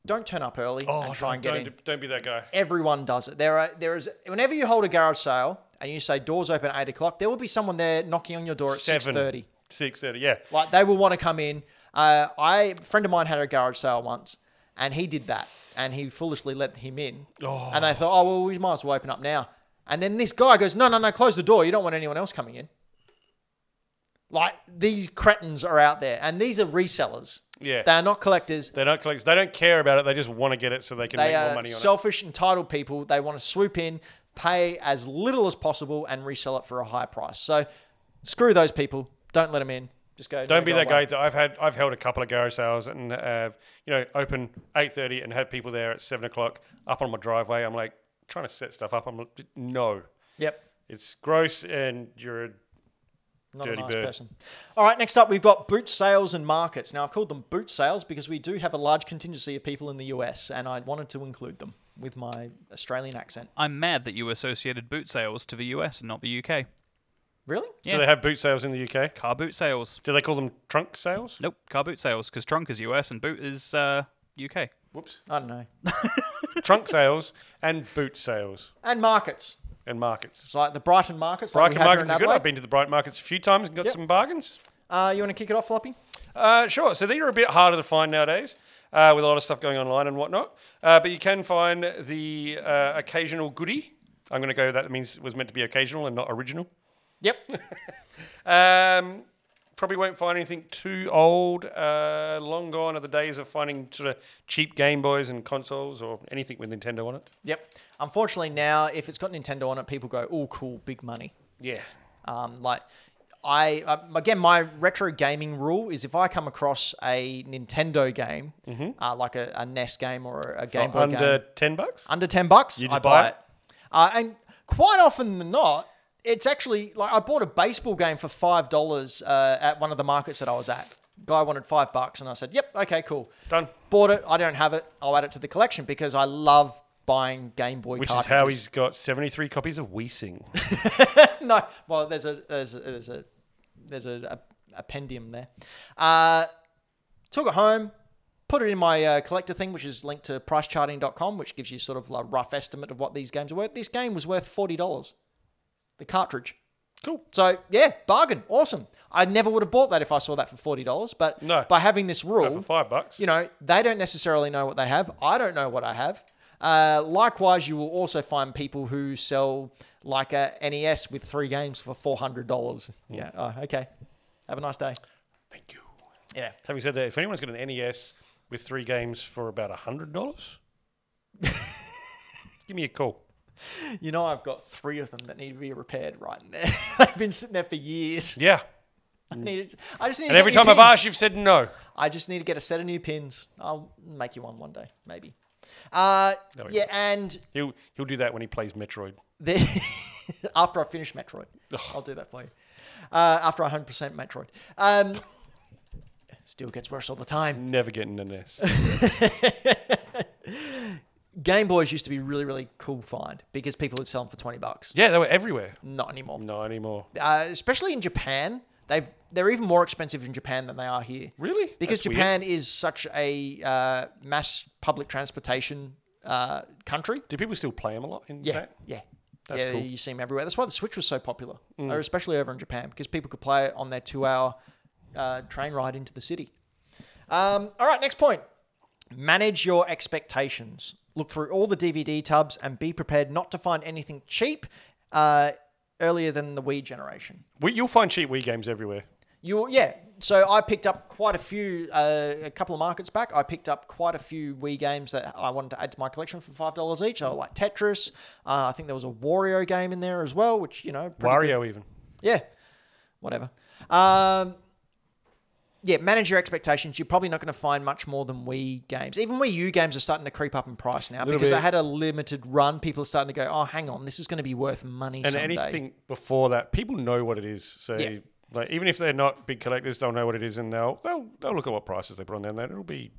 A: don't turn up early and try and get in.
B: Oh, don't, don't be that guy.
A: Everyone does it. There are there is whenever you hold a garage sale and you say doors open at eight o'clock, there will be someone there knocking on your door at six thirty.
B: Six thirty. Yeah.
A: Like they will want to come in. Uh, I a friend of mine had a garage sale once, and he did that, and he foolishly let him in, and they thought, oh well, we might as well open up now. And then this guy goes, no, no, no, close the door. You don't want anyone else coming in. Like these cretins are out there, and these are resellers.
B: Yeah.
A: They are not collectors.
B: They don't collect. They don't care about it. They just want to get it so they can
A: They
B: make more
A: are
B: money on
A: selfish, entitled people. They want to swoop in, pay as little as possible, and resell it for a high price. So screw those people. Don't let them in. Just go.
B: it. Don't be
A: go
B: that
A: away.
B: guy. I've had. I've held a couple of garage sales and uh, you know open eight thirty and had people there at seven o'clock up on my driveway. I'm like trying to set stuff up. I'm like, no,
A: Yep.
B: it's gross and you're a
A: Not
B: Dirty
A: a nice
B: bird.
A: person. All right, next up we've got boot sales and markets. Now I've called them boot sales because we do have a large contingency of people in the US, and I wanted to include them with my Australian accent.
C: I'm mad that you associated boot sales to the US and not the UK.
A: Really?
C: Yeah.
B: Do they have boot sales in the UK?
C: Car boot sales.
B: Do they call them trunk sales?
C: Nope, car boot sales, because trunk is US and boot is uh, UK.
B: Whoops.
A: I don't know.
B: trunk sales and boot sales
A: And markets.
B: and markets.
A: It's like the Brighton markets. like we
B: Brighton
A: have here
B: markets are
A: in
B: good. I've
A: Adelaide.
B: been to the Brighton markets a few times and got
A: Yep.
B: some bargains.
A: Uh, you want to kick it off, Floppy?
B: Uh, sure. So these are a bit harder to find nowadays uh, with a lot of stuff going online and whatnot. Uh, but you can find the uh, occasional goodie. I'm going to go. That means it was meant to be occasional and not original.
A: Yep.
B: Um, probably won't find anything too old. Uh, long gone are the days of finding sort of cheap Game Boys and consoles or anything with Nintendo on it.
A: yep. Unfortunately, now if it's got Nintendo on it, people go, "Oh, cool, big money."
B: Yeah.
A: Um, like I uh, again, my retro gaming rule is if I come across a Nintendo game, uh, like a, a NES game or a, a Game Boy game,
B: Mm-hmm. under ten bucks.
A: under 10 bucks,
B: just
A: I
B: buy
A: buy
B: it?
A: it. Uh, and quite often than not, it's actually like I bought a baseball game for $5 uh, at one of the markets that I was at. Guy wanted five bucks, and I said, Yep, okay, cool.
B: Done.
A: Bought it. I don't have it. I'll add it to the collection because I love buying Game Boy
B: Which is
A: cartridges.
B: how he's got 73 copies of Weesing.
A: no, well, there's a there's a there's a there's a, a appendium there. Uh, took it home, put it in my uh, collector thing, which is linked to pricecharting.com, which gives you sort of a rough estimate of what these games are worth. This game was worth forty dollars, the cartridge.
B: Cool.
A: So yeah, bargain, awesome. I never would have bought that if I saw that for forty dollars, but
B: No.
A: by having this rule,
B: for five bucks.
A: you know, they don't necessarily know what they have. I don't know what I have. Uh, likewise, you will also find people who sell like a NES with three games for four hundred dollars. Yeah. Oh, okay. Have a nice day.
B: Thank you.
A: Yeah.
B: Having said that, if anyone's got an NES with three games for about hundred dollars, give me a call.
A: You know, I've got three of them that need to be repaired right in there. They've been sitting there for years.
B: Yeah.
A: I, need, I just need. to
B: And
A: get
B: every
A: new
B: time I've
A: pins.
B: asked, you've said no.
A: I just need to get a set of new pins. I'll make you one one day, maybe. Uh,
B: we
A: yeah, and
B: He'll he'll do that when he plays Metroid.
A: the after I finish Metroid. I'll do that for you. Uh, after I 100% Metroid. Um, still gets worse all the time.
B: Never getting an E NES.
A: Game Boys used to be really, really cool find because people would sell them for 20 bucks.
B: yeah, they were everywhere.
A: Not anymore.
B: Not anymore.
A: Uh, especially in Japan. They've, they're even more expensive in Japan than they are here.
B: Really?
A: Because
B: That's weird.
A: Japan is such a uh, mass public transportation uh, country.
B: Do people still play them a lot in
A: Yeah,
B: Japan?
A: yeah.
B: That's
A: yeah,
B: cool. Mm.
A: you see them everywhere. That's why the Switch was so popular, or especially over in Japan, because people could play it on their two-hour uh, train ride into the city. Um, all right, next point: manage your expectations. Look through all the DVD tubs and be prepared not to find anything cheap uh, earlier than the Wii generation.
B: We, you'll find cheap Wii games everywhere.
A: You yeah. So I picked up quite a few uh, a couple of markets back. I picked up quite a few Wii games that I wanted to add to my collection for five dollars each. I like Tetris. Uh, I think there was a Wario game in there as well, which you know, pretty good.
B: Wario even.
A: Yeah, whatever. Um, yeah, manage your expectations. You're probably not going to find much more than Wii games. Even Wii U games are starting to creep up in price now
B: Little
A: because they
B: bit.
A: had a limited run. People are starting to go, oh, hang on, this is going to be worth money.
B: And
A: someday."
B: anything before that, people know what it is. So
A: Yeah.
B: like even if they're not big collectors, they'll know what it is and they'll they'll, they'll look at what prices they put on there and it'll be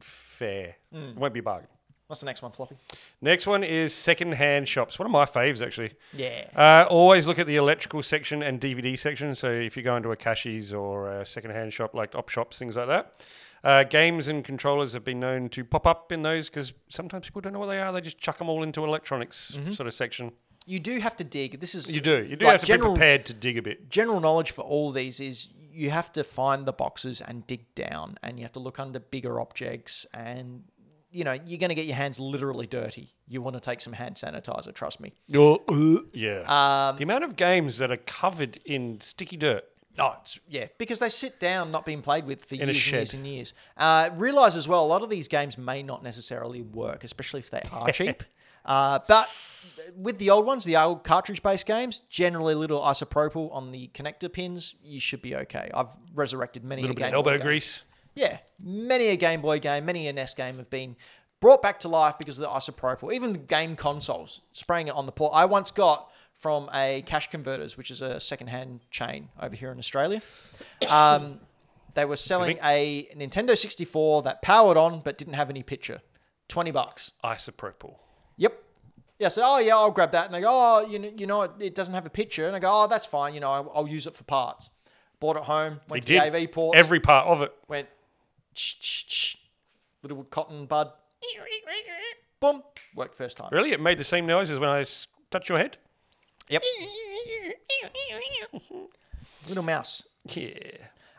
B: fair.
A: Hmm.
B: It won't be a bargain.
A: What's the next one, Floppy?
B: Next one is second-hand shops. One of my faves, actually.
A: Yeah.
B: Uh, always look at the electrical section and DVD section. So if you go into a Cashies or a second-hand shop like op shops, things like that, uh, games and controllers have been known to pop up in those because sometimes people don't know what they are. They just chuck them all into electronics sort of section.
A: You do have to dig. This is
B: You do. You
A: Mm-hmm.
B: do
A: like,
B: have to be prepared to dig a bit.
A: general knowledge for all these is you have to find the boxes and dig down and you have to look under bigger objects and you know, you're going to get your hands literally dirty. You want to take some hand sanitizer, trust me. um,
B: yeah. the amount of games that are covered in sticky dirt.
A: Oh, it's, yeah, because they sit down, not being played with for
B: a
A: years and years
B: shed.
A: and years. Uh, Realize as well, a lot of these games may not necessarily work, especially if they are cheap. Uh, but with the old ones, the old cartridge-based games, generally little isopropyl on the connector pins, you should be okay. I've resurrected many
B: A little
A: a
B: bit
A: Game
B: of elbow
A: Boy game.
B: grease.
A: Yeah, many a Game Boy game, many a NES game have been brought back to life because of the isopropyl. Even the game consoles spraying it on the port. I once got from a Cash Converters, which is a second-hand chain over here in Australia. Um, they were selling a Nintendo 64 that powered on but didn't have any picture. Twenty bucks.
B: Isopropyl.
A: Yep. Yeah, I said, oh yeah, I'll grab that. And they go, oh, you know, you know, it, it doesn't have a picture. And I go, oh, that's fine. You know, I'll, I'll use it for parts. Bought it home.
B: They
A: Went to
B: did
A: the AV port
B: every part of it.
A: went ch ch ch little cotton bud. Boom. Worked first time.
B: Really, it made the same noise as when I s- touch your head.
A: Yep. little mouse.
B: Yeah.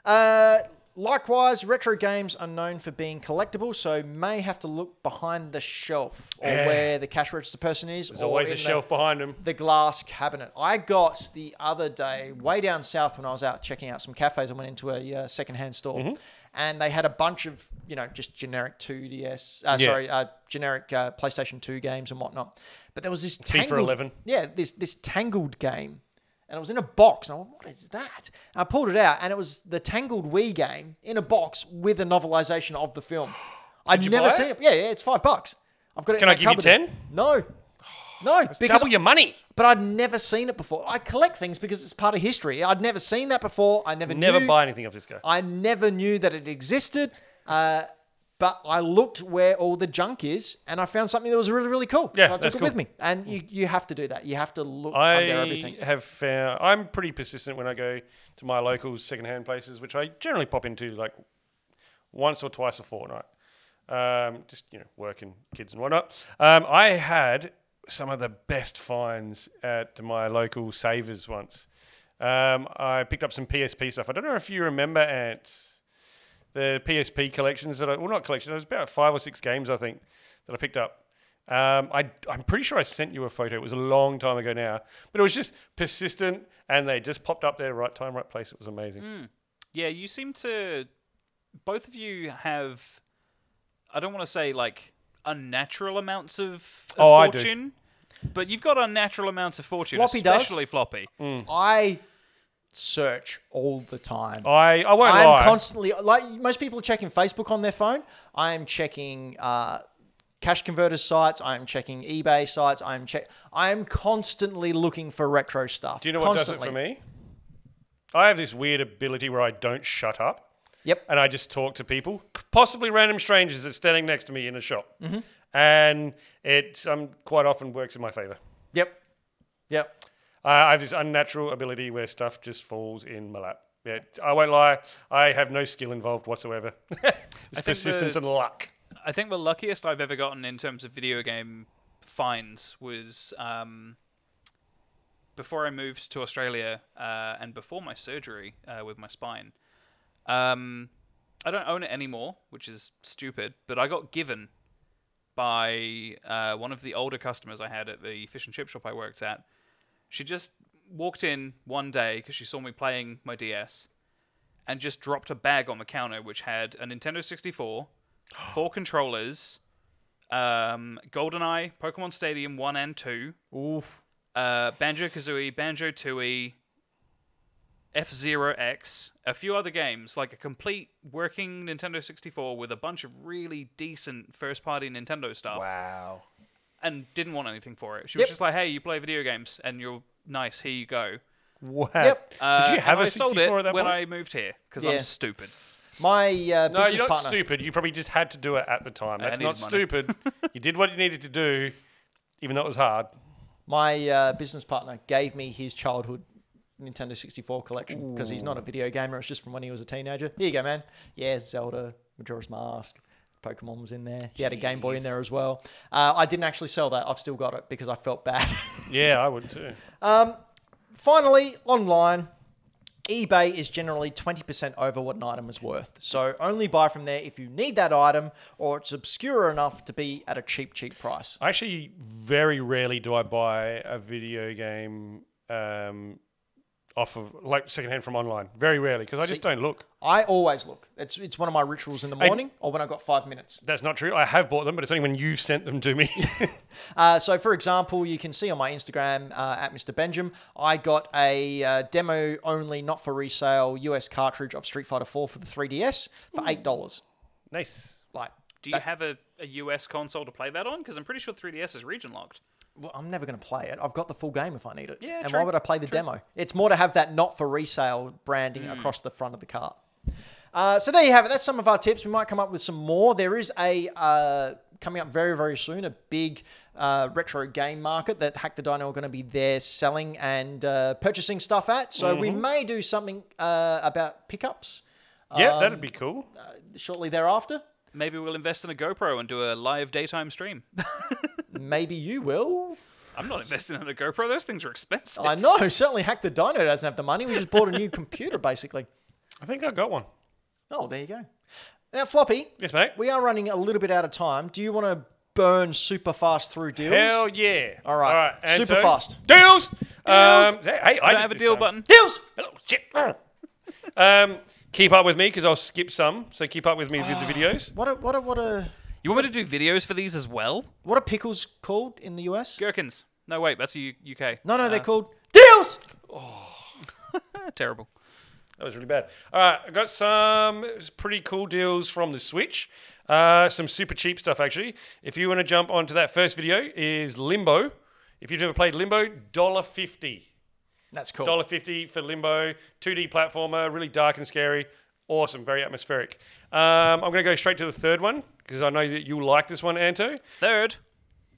A: Uh, likewise, retro games are known for being collectible, so may have to look behind the shelf or where the cash register person is.
B: There's always a shelf behind him.
A: the glass cabinet. I got the other day way down south when I was out checking out some cafes. I went into a uh, secondhand store,
B: Mm-hmm.
A: and they had a bunch of you know just generic 2DS, uh,
B: Yeah.
A: sorry, uh, generic uh, PlayStation 2 games and whatnot. But there was this tangled,
B: 11.
A: yeah, this this tangled game, and it was in a box. And I went, what is that? And I pulled it out, and it was the Tangled Wii game in a box with a novelization of the film. I'd
B: you
A: never
B: buy
A: seen it. Yeah, yeah, it's five bucks. I've got it. in
B: Can I
A: my
B: give you
A: cupboard.
B: 10?
A: No. No, because
B: Double your money.
A: but I'd never seen it before. I collect things because it's part of history. I'd never seen that before. I never
B: Never
A: knew,
B: buy anything of this guy.
A: I never knew that it existed. Uh, but I looked where all the junk is, and I found something that was really really cool.
B: Yeah,
A: so I took
B: that's
A: it
B: cool. Mm.
A: with me. And you, you have to do that. You have to look under
B: I
A: everything.
B: have found I'm pretty persistent when I go to my local secondhand places, which I generally pop into like once or twice a fortnight. Um, just you know, working kids and whatnot. Um, I had some of the best finds at my local Savers once. Um, I picked up some PSP stuff. I don't know if you remember Ants the PSP collections that I well not collection. It was about five or six games I think that I picked up. Um, I I'm pretty sure I sent you a photo. It was a long time ago now, but it was just persistent, and they just popped up there, right time, right place. It was amazing.
C: Yeah, you seem to. Both of you have. I don't want to say like unnatural amounts of, of
B: Oh, I do.
C: fortune, but you've got unnatural amounts of fortune,
A: Floppy does.
C: especially floppy.
B: Mm.
A: I search all the time.
B: I I won't
A: I am
B: lie.
A: constantly like most people are checking Facebook on their phone. I am checking uh, cash converters sites. I am checking eBay sites. I am check. I am constantly looking for retro stuff.
B: Do you know what does
A: constantly.
B: it for me? I have this weird ability where I don't shut up.
A: Yep.
B: and I just talk to people, possibly random strangers that's standing next to me in a shop, and it um, quite often works in my favor.
A: Yep. Yep.
B: I I have this unnatural ability where stuff just falls in my lap. Yeah, I won't lie. I have no skill involved whatsoever. it's
C: think
B: persistence
C: the-
B: and luck.
C: I think the luckiest I've ever gotten in terms of video game finds was um, before I moved to Australia uh, and before my surgery uh, with my spine. Um, I don't own it anymore, which is stupid, but I got given by uh, one of the older customers I had at the fish and chip shop I worked at. She just walked in one day because she saw me playing my DS and just dropped a bag on the counter which had a Nintendo 64, four controllers, um, GoldenEye, Pokemon Stadium 1 and 2, uh, Banjo Kazooie, Banjo Tooie, F Zero X, a few other games, like a complete working Nintendo 64 with a bunch of really decent first party Nintendo stuff.
B: Wow.
C: And didn't want anything for it. She
A: Yep.
C: was just like, hey, you play video games and you're nice, here you go.
B: Wow.
A: Yep.
C: Uh,
B: Did you
C: and
B: have
C: I
B: a
C: sold
B: 64
C: it
B: at that
C: when
B: point?
C: I moved here because
A: Yeah.
C: I'm stupid.
A: My uh,
B: no,
A: business
B: you're not
A: partner.
B: stupid. You probably just had to do it at the time. That's
C: needed
B: not
C: money.
B: stupid. you did what you needed to do, even though it was hard.
A: My uh, business partner gave me his childhood Nintendo 64 collection because he's not a video gamer. It's just from when he was a teenager. Here you go, man. Yeah, Zelda, Majora's Mask, Pokemon was in there. He had a Game Boy in there as well. Uh, I didn't actually sell that. I've still got it because I felt bad.
B: Yeah, I would too.
A: Finally, online. eBay is generally 20% over what an item is worth. So only buy from there if you need that item or it's obscure enough to be at a cheap, cheap price.
B: Actually, very rarely do I buy a video game um, off of like secondhand from online. Very rarely because I just don't look.
A: I always look. It's it's one of my rituals in the morning or when I've got five minutes.
B: That's not true. I have bought them, but it's only when you've sent them to me.
A: Uh, so, for example, you can see on my Instagram uh, at Mr. Benjamin, I got a uh, demo only, not for resale, US cartridge of Street Fighter 4 for the 3DS for eight dollars.
B: nice.
A: Like,
C: Do you have a, a US console to play that on? Because I'm pretty sure 3DS is region locked.
A: well, I'm never going to play it. I've got the full game if I need it.
C: Yeah,
A: and
C: true, Mm.
A: why would I play the demo? It's more to have that not for resale branding across the front of the cart. Uh, so there you have it. That's some of our tips. We might come up with some more. There is a uh, coming up very very soon a big uh, retro game market that Hack the Dino are going to be there selling and uh, purchasing stuff at. So we
C: Mm-hmm.
A: may do something uh, about pickups
B: Yeah, that'd be cool.
A: uh, shortly thereafter.
C: Maybe we'll invest in a GoPro and do a live daytime stream.
A: Maybe you will.
C: I'm not investing in a GoPro. Those things are expensive.
A: I know. Certainly, Hack the Dino doesn't have the money. We just bought a new computer basically.
B: I think I got one.
A: Oh, there you go. Now, Floppy,
B: Yes, mate.
A: we are running a little bit out of time. Do you want to burn super fast through deals?
B: Hell yeah.
A: All right.
B: and
A: Super fast.
B: Deals. Um, hey, I,
C: I
B: did
C: don't have a
B: this
C: deal
B: time.
C: button.
A: Deals!
B: Oh, shit. um, keep up with me because I'll skip some. So keep up with me with the videos.
A: What a what a what a
C: You want me to do videos for these as well?
A: what are pickles called in the US?
C: Gherkins. No, wait, that's U- UK.
A: No, no,
B: Uh,
A: they're called deals.
C: Ah, terrible.
B: That was really bad. All right, I got some pretty cool deals from the Switch. Uh, some super cheap stuff actually. If you want to jump onto that first video, is Limbo. If you've never played Limbo, dollar fifty.
A: That's cool.
B: Dollar fifty for Limbo, 2D platformer, really dark and scary, awesome, very atmospheric. Um, I'm gonna go straight to the third one because I know that you like this one, Anto.
C: Third.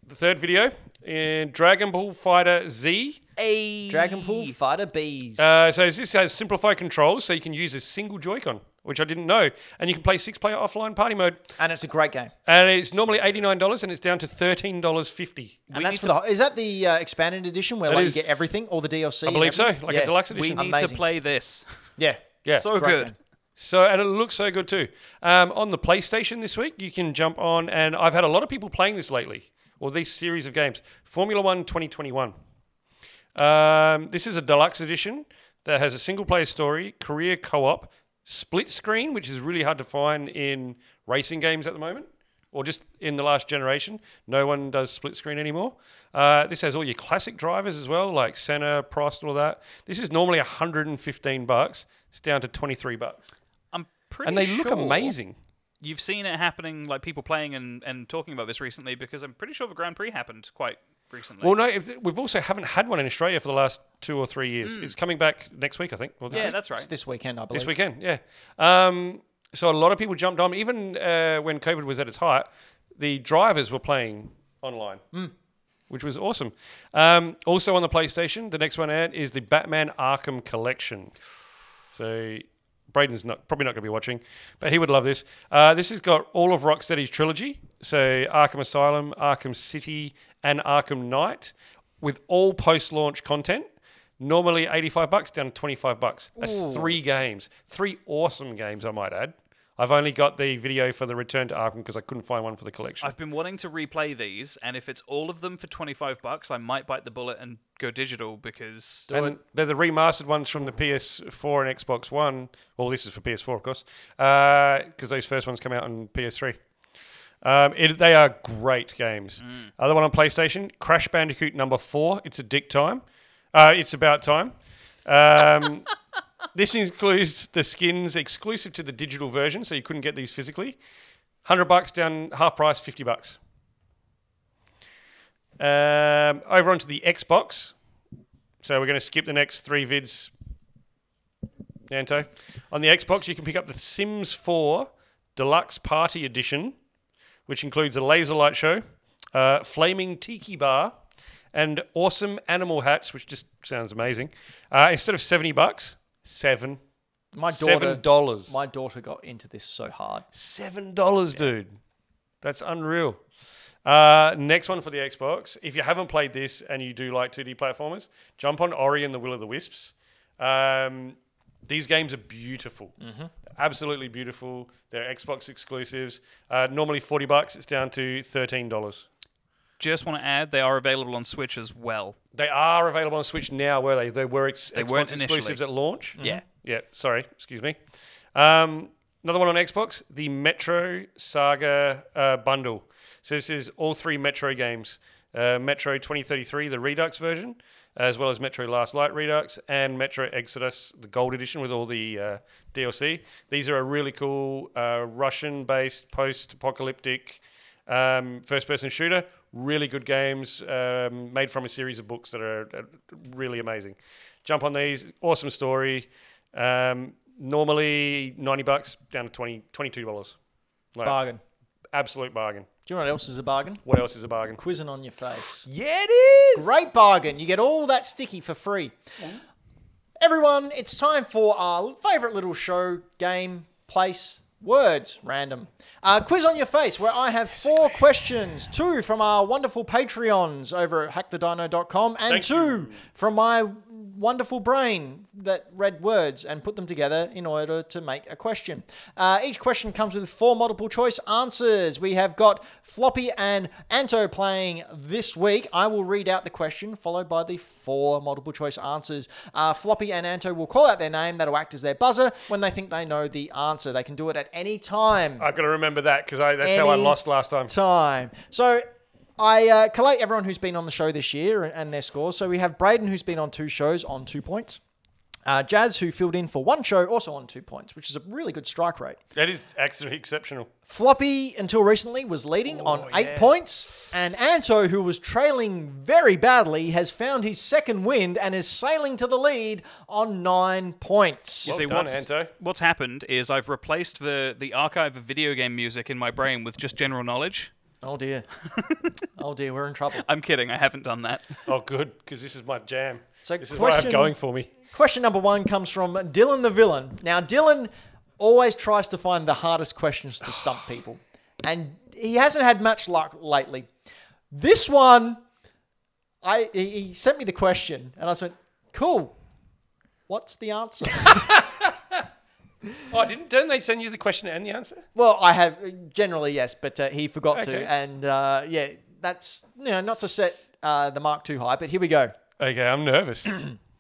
B: The third video in Dragon Ball Fighter Z.
C: A
A: Dragon Pool Fighter Bees.
B: Uh, so this has simplified controls, so you can use a single Joy-Con, which I didn't know, and you can play six-player offline party mode.
A: and it's a great game.
B: And it's normally eighty-nine dollars, and it's down to thirteen dollars fifty.
A: And that's for the, is that the uh, expanded edition where
B: That
A: like,
B: is-
A: you get everything, all the DLC?
B: I believe so, like a deluxe
C: We
B: edition.
C: need to
A: Amazing.
C: play this.
A: Yeah.
B: yeah,
C: so
A: Great
C: good.
A: game.
B: So, and it looks so good too. Um, on the PlayStation this week, you can jump on, and I've had a lot of people playing this lately, or this series of games. Formula One 2021. Um, this is a deluxe edition that has a single player story, career co op, split screen, which is really hard to find in racing games at the moment, or just in the last generation. No one does split screen anymore. Uh, this has all your classic drivers as well, like Senna, Prost, all that. This is normally 115 bucks. It's down to 23 bucks
C: I'm pretty
B: and they look
C: sure
B: amazing.
C: You've seen it happening, like people playing and, and talking about this recently, because I'm pretty sure the Grand Prix happened quite recently.
B: Well, no, if, we've also haven't had one in Australia for the last two or three years. It's coming back next week, I think. Well, this
C: Mm. yeah,
B: is-
C: that's
A: It's
C: right.
A: this weekend, I believe.
B: this weekend. Yeah. Um, so a lot of people jumped on, even uh, when COVID was at its height. The drivers were playing online,
C: Mm.
B: which was awesome. Um, also on the PlayStation, the next one out is the Batman Arkham Collection. So Braden's not probably not going to be watching, but he would love this. Uh, this has got all of Rocksteady's trilogy, so Arkham Asylum, Arkham City, and Arkham Knight, with all post-launch content. Normally eighty-five bucks, down to twenty-five bucks. That's three games, three awesome games, I might add. I've only got the video for the Return to Arkham because I couldn't find one for the collection.
C: I've been wanting to replay these, and if it's all of them for 25 bucks, I might bite the bullet and go digital because
B: and they're the remastered ones from the PS4 and Xbox One. Well, this is for PS4, of course, because those first ones come out on PS3. Um, it, they are great games. Other one on PlayStation, Crash Bandicoot number four. It's a dick time. Uh, it's about time. Um, this includes the skins exclusive to the digital version, so you couldn't get these physically. Hundred bucks down, half price, fifty bucks. Um, over onto the Xbox. So we're going to skip the next three vids. Nanto, on the Xbox, you can pick up the Sims 4 Deluxe Party Edition, which includes a laser light show, uh, flaming tiki bar, and awesome animal hats, which just sounds amazing. Uh, instead of seventy bucks, seven
A: My daughter,
B: seven dollars.
A: my daughter got into this so hard.
B: Seven dollars, dude. That's unreal. Uh, next one for the Xbox. If you haven't played this and you do like 2D platformers, jump on Ori and the Will of the Wisps. Um, These games are beautiful,
C: Mm-hmm.
B: absolutely beautiful. They're Xbox exclusives. Uh, normally forty bucks, it's down to thirteen dollars.
C: Just want to add, they are available on Switch as well.
B: They are available on Switch now, were they? They were ex-
C: They
B: Xbox
C: weren't initially.
B: exclusives at launch.
C: Yeah.
B: Yeah, sorry, excuse me. Um, another one on Xbox, the Metro Saga uh, bundle. So this is all three Metro games: uh, Metro 2033, the Redux version, as well as Metro Last Light Redux and Metro Exodus, the Gold Edition with all the uh, DLC. These are a really cool uh, Russian-based post-apocalyptic um, first-person shooter. Really good games um, made from a series of books that are uh, really amazing. Jump on these, awesome story. Um, normally ninety bucks down to 20, 22 dollars. Like,
A: Bargain.
B: absolute bargain.
A: Do you know what else is a bargain?
B: What else is a bargain?
A: Quizzing on your face.
C: Yeah, it is.
A: Great bargain. You get all that sticky for free. Everyone, it's time for our favorite little show, game, place, words, random. Uh, quiz on your face, where I have four questions two from our wonderful Patreons over at hackthedino.com, and
B: Thank
A: two
B: you.
A: from my wonderful brain that read words and put them together in order to make a question. Uh, each question comes with four multiple choice answers. We have got Floppy and Anto playing this week. I will read out the question followed by the four multiple choice answers. Uh, Floppy and Anto will call out their name. That'll act as their buzzer when they think they know the answer. They can do it at any time.
B: I've got to remember that because that's how I
A: Any
B: lost last time.
A: Time. So I uh, collate everyone who's been on the show this year and, and their scores. So we have Braden, who's been on two shows, on two points. Uh, Jazz, who filled in for one show, also on two points, which is a really good strike rate.
B: That is actually exceptional.
A: Floppy, until recently, was leading on eight points. And Anto, who was trailing very badly, has found his second wind and is sailing to the lead on nine points.
C: You see,
B: done,
C: what's,
B: Anto.
C: what's happened is I've replaced the, the archive of video game music in my brain with just general knowledge.
A: Oh, dear. oh, dear. We're in trouble.
C: I'm kidding, I haven't done that.
B: Oh, good, because this is my jam.
A: So
B: this is what I have
A: question-
B: going for me.
A: Question number one comes from Dylan the villain. Now, Dylan always tries to find the hardest questions to stump people, and he hasn't had much luck lately. This one, I he he sent me the question, and I just went, "Cool, what's the answer?"
B: Oh, didn't didn't they send you the question and the answer?
A: well, I have generally yes, but uh, he forgot
B: Okay.
A: to, and uh, yeah, that's you know not to set uh, the mark too high, but here we go.
B: Okay, I'm nervous.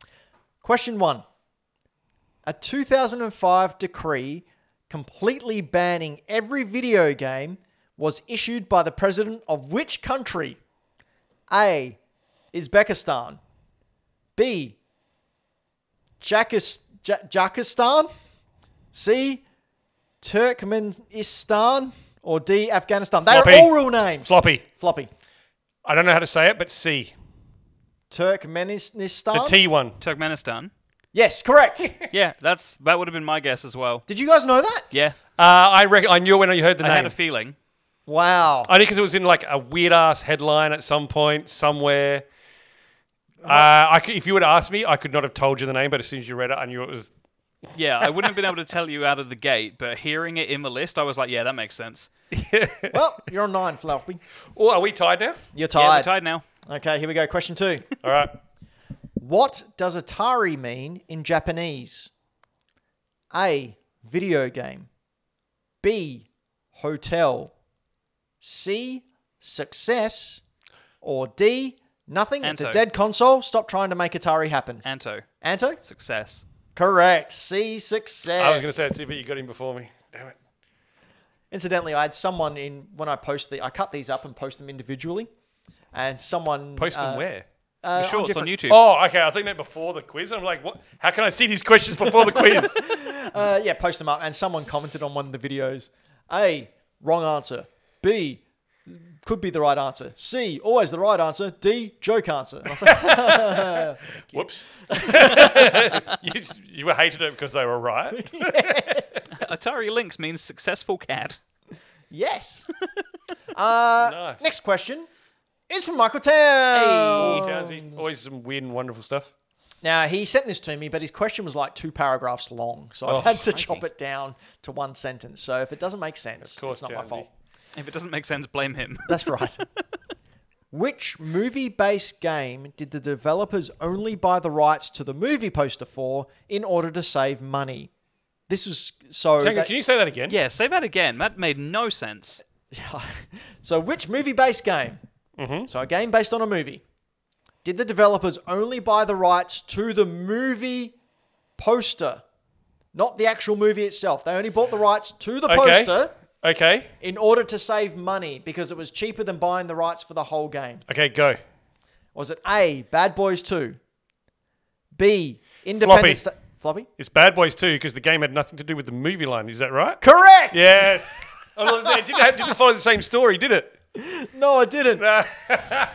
A: Question one. A 2005 decree completely banning every video game was issued by the president of which country? A. Uzbekistan. B. Jakis- Ja- Jakistan. C. Turkmenistan. Or D. Afghanistan. They
B: Floppy.
A: are all real names.
B: Floppy.
A: Floppy.
B: I don't know how to say it, but C,
A: Turkmenistan.
B: the T one.
C: Turkmenistan.
A: yes, correct.
C: Yeah, that's that would have been my guess as well.
A: Did you guys know that?
C: Yeah,
B: Uh, I reckon I knew it when I heard the
C: I
B: name.
C: had a feeling.
A: Wow.
B: Only because it was in like a weird ass headline at some point somewhere.
C: Uh-huh.
B: Uh, I could, if you would ask me, I could not have told you the name, but as soon as you read it, I knew it was.
C: Yeah, I wouldn't have been able to tell you out of the gate, but hearing it in the list, I was like, yeah, that makes sense.
A: Well, you're on nine, Floppy.
B: Oh, are we tied now?
A: You're
C: Yeah, we're
A: tired.
C: tied now.
A: Okay, here we go. Question two.
B: All right.
A: what does Atari mean in Japanese? A. Video game. B. Hotel. C. Success. Or D. Nothing. It's a
C: Anto.
A: dead console. Stop trying to make Atari happen.
C: Anto,
A: Anto?
C: success.
A: Correct. C. Success.
B: I was going to say it too, but you got him before me. Damn it.
A: Incidentally, I had someone in when I post the. I cut these up and post them individually, and someone
B: Post them
A: uh,
B: where?
A: uh,
C: The shorts on
A: different-
C: YouTube.
B: Oh, okay. I thought you meant before the quiz. I'm like, what? How can I see these questions before the quiz?
A: Uh, yeah, post them up. And someone commented on one of the videos. A, wrong answer. B, could be the right answer. C, always the right answer. D, joke answer. And I was like,
B: Whoops. you, you hated it because they were right.
A: Oh.
C: Atari Lynx means successful cat.
A: yes. Uh,
B: nice.
A: Next question is from Michael Town.
B: Hey, Townsy. Always some weird and wonderful stuff.
A: Now, he sent this to me, but his question was like two paragraphs long. So
B: Oh,
A: I've had to chop it down to one sentence. So if it doesn't make sense,
B: course,
A: it's not my
B: Townsy.
A: fault.
C: If it doesn't make sense, blame him.
A: That's right. Which movie based game did the developers only buy the rights to the movie poster for in order to save money? This was so.
B: Second,
A: that-
B: can you say that again?
C: Yeah, say that again. That made no sense.
A: so, which movie based game?
B: Mm-hmm.
A: So, a game based on a movie. Did the developers only buy the rights to the movie poster? Not the actual movie itself. They only bought the rights to the
B: Okay.
A: poster
B: Okay.
A: in order to save money because it was cheaper than buying the rights for the whole game.
B: Okay, go.
A: Was it A, Bad Boys 2? B, Independence Day. Floppy?
B: It's Bad Boys 2 because the game had nothing to do with the movie line. Is that right?
A: Correct!
B: Yes. oh, no, it didn't, have, didn't follow the same story, did it?
A: No, I didn't.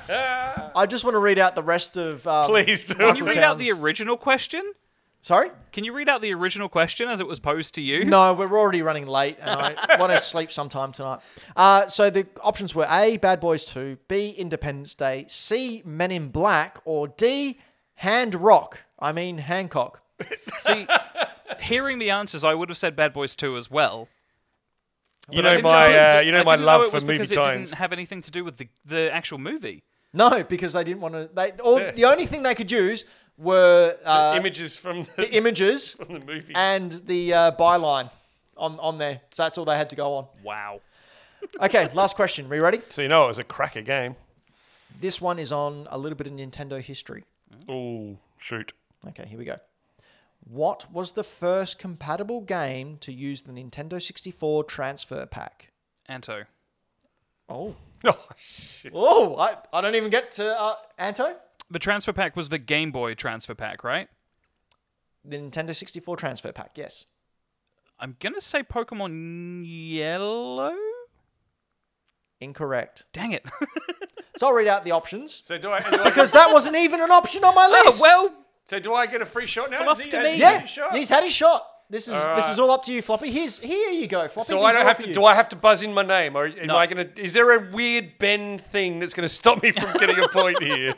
A: I just want to read out the rest of. Um,
B: Please do.
A: Michael
B: Can
C: Can you read out the
A: Towns-
C: original question?
A: Sorry?
C: Can you read out the original question as it was posed to you?
A: No, we're already running late and I want to sleep sometime tonight. Uh, so the options were A, Bad Boys 2, B, Independence Day, C, Men in Black, or D, Hand Rock. I mean, Hancock.
C: See, hearing the answers, I would have said Bad Boys 2 as well.
B: You
C: I
B: know
C: didn't
B: my,
C: know-
B: uh, you know
C: I
B: my
C: didn't
B: love
C: it
B: for
C: was
B: movie
C: because It
B: times.
C: didn't have anything to do with the, the actual movie.
A: No, because they didn't want to. They all, The only thing they could use were uh,
B: Images from
A: the
B: the,
A: images
B: from the movie.
A: and the uh, byline on, on there. So that's all they had to go on.
C: Wow.
A: Okay, last question. Are you ready?
B: So you know it was a cracker game.
A: This one is on a little bit of Nintendo history.
B: Oh, shoot.
A: Okay, here we go. What was the first compatible game to use the Nintendo 64 transfer pack?
C: Anto.
A: Oh.
B: Oh, shit.
A: Oh, I, I don't even get to uh, Anto?
C: The transfer pack was the Game Boy transfer pack, right?
A: The Nintendo 64 transfer pack, yes.
C: I'm going to say Pokemon Yellow?
A: Incorrect.
C: Dang it.
A: So I'll read out the options
B: So do I, do I,
A: because that wasn't even an option on my
C: oh,
A: list.
C: well,
B: so do I get a free shot now?
C: Fluff
B: Has he-
C: to
B: has
C: me.
B: he
A: yeah,
B: got a shot?
A: he's had his shot. This is this
B: Alright.
A: is all up to you, Floppy. Here's here you go, Floppy.
B: So
A: These
B: I
A: are
B: don't
A: all
B: have
A: for
B: to.
A: you.
B: Do I have to buzz in my name, or am
C: No.
B: I gonna? Is there a weird Ben thing that's gonna stop me from getting a point here?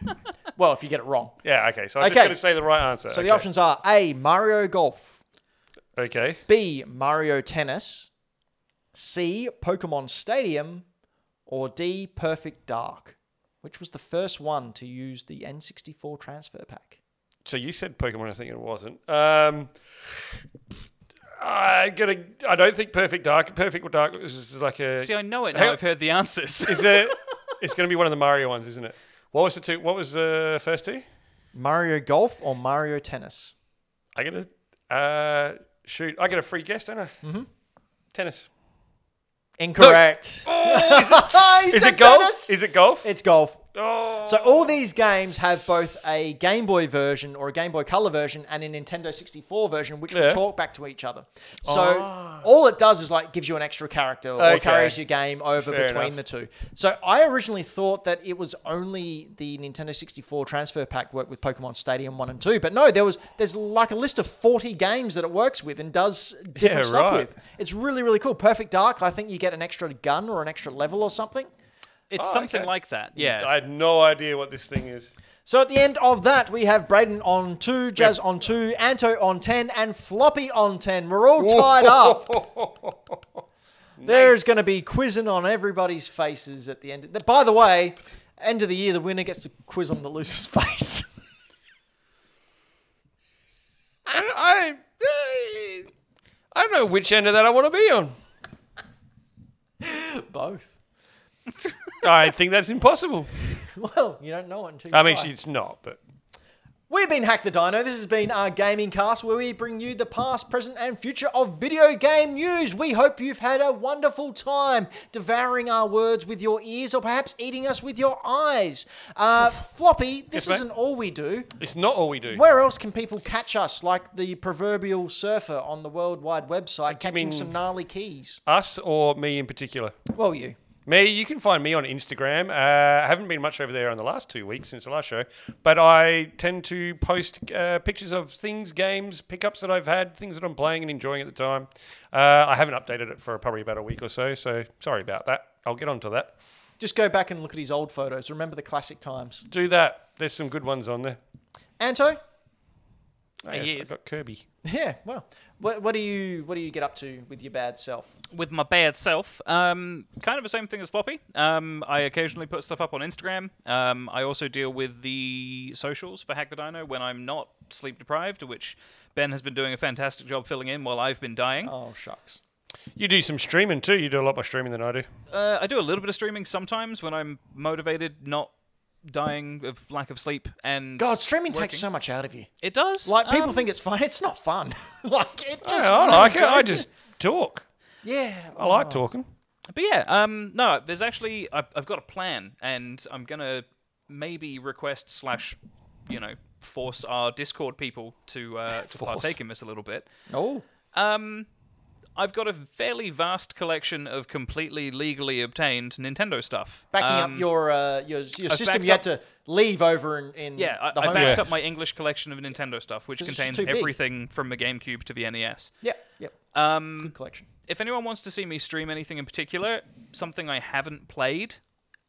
A: Well, if you get it wrong.
B: Yeah. Okay. So I'm
A: Okay.
B: just gonna say the right answer.
A: So
B: okay.
A: the options are A. Mario Golf,
B: Okay.
A: B. Mario Tennis, C. Pokemon Stadium, or D. Perfect Dark, which was the first one to use the N64 transfer pack.
B: So you said Pokemon. I think it wasn't. Um, I'm gonna. I don't think Perfect Dark. Perfect Dark is just like a.
C: see, I know it
B: Hang
C: now.
B: on.
C: I've heard the answers.
B: is it? It's gonna be one of the Mario ones, isn't it? What was the two? What was the first two?
A: Mario Golf or Mario Tennis?
B: I get a. Uh, shoot. I get a free guess, don't I? Mm-hmm. Tennis.
A: Incorrect. He
B: Is
A: said
B: Oh, it golf?
A: tennis.
B: Is it golf?
A: It's golf.
B: oh.
A: So all these games have both a Game Boy version or a Game Boy Color version and a Nintendo 64 version, which will
B: Yeah. Ah.
A: talk back to each other. So all it does is like gives you an extra character or
B: Okay.
A: carries your game over
B: Fair
A: between
B: enough.
A: the two. So I originally thought that it was only the Nintendo 64 transfer pack worked with Pokemon Stadium 1 and 2, but no, there was there's like a list of 40 games that it works with and does different
B: Yeah,
A: stuff
B: right.
A: with. It's really really cool. Perfect Dark, I think you get an extra gun or an extra level or something.
C: It's
B: Oh,
C: something
B: okay.
C: like that. Yeah.
B: I had no idea what this thing is.
A: So at the end of that, we have Braden on two, Jazz on two, Anto on ten, and Floppy on ten. We're all tied up. There's going to be quizzing on everybody's faces at the end. Th- By the way, end of the year, the winner gets to quiz on the loser's face.
B: I, I, I don't know which end of that I want to be on.
A: Both.
B: I think that's impossible.
A: Well, you don't know until you
B: I mean,
A: try.
B: it's not, but
A: We've been Hack the Dino. This has been our gaming cast where we bring you the past, present, and future of video game news. We hope you've had a wonderful time devouring our words with your ears or perhaps eating us with your eyes. Uh, Floppy, this
B: Yes, mate.
A: isn't all we do.
B: it's not all we do.
A: Where else can people catch us like the proverbial surfer on the World Wide website catching
B: mean-
A: some gnarly keys?
B: Us or me in particular.
A: Well, you.
B: Me, you can find me on Instagram. Uh, I haven't been much over there in the last two weeks since the last show, but I tend to post uh, pictures of things, games, pickups that I've had, things that I'm playing and enjoying at the time. Uh, I haven't updated it for probably about a week or so, so sorry about that. I'll get onto that.
A: Just go back and look at his old photos. Remember the classic times.
B: Do that. There's some good ones on there.
A: Anto?
B: Oh,
C: Eight
B: yes,
C: years.
B: I got Kirby.
A: Yeah. Well, what, what do you what do you get up to with your bad self?
C: with my bad self. Um, kind of the same thing as Floppy. Um, I occasionally put stuff up on Instagram. Um, I also deal with the socials for Hack the Dino when I'm not sleep deprived, which Ben has been doing a fantastic job filling in while I've been dying.
A: Oh shucks.
B: You do some streaming too. You do a lot more streaming than I do.
C: Uh, I do a little bit of streaming sometimes when I'm motivated, not dying of lack of sleep. And
A: God, streaming takes
C: working.
A: so much out of you.
C: it does.
A: Like people
C: um,
A: think it's fun. It's not fun. like it just.
B: Yeah, Oh, I
A: really
B: like it. I
A: drains you.
B: just talk.
A: Yeah.
B: I like talking.
C: But yeah, um, no, there's actually I've, I've got a plan, and I'm gonna maybe request slash, you know, force our Discord people to uh, to
B: Force.
C: partake in this a little bit.
A: Oh.
C: Um, I've got a fairly vast collection of completely legally obtained Nintendo stuff.
A: Backing
C: Um,
A: up your uh, your, your system,
C: backed
A: you had to
C: up-
A: leave over in, in
C: Yeah, I,
A: the
C: I
A: home.
C: backed
B: Yeah.
C: up my English collection of Nintendo stuff, which
A: This is
C: contains
A: too big.
C: everything from the GameCube to the E NES.
A: Yeah. Yep.
C: Um,
A: Good collection.
C: if anyone wants to see me stream anything in particular, something I haven't played,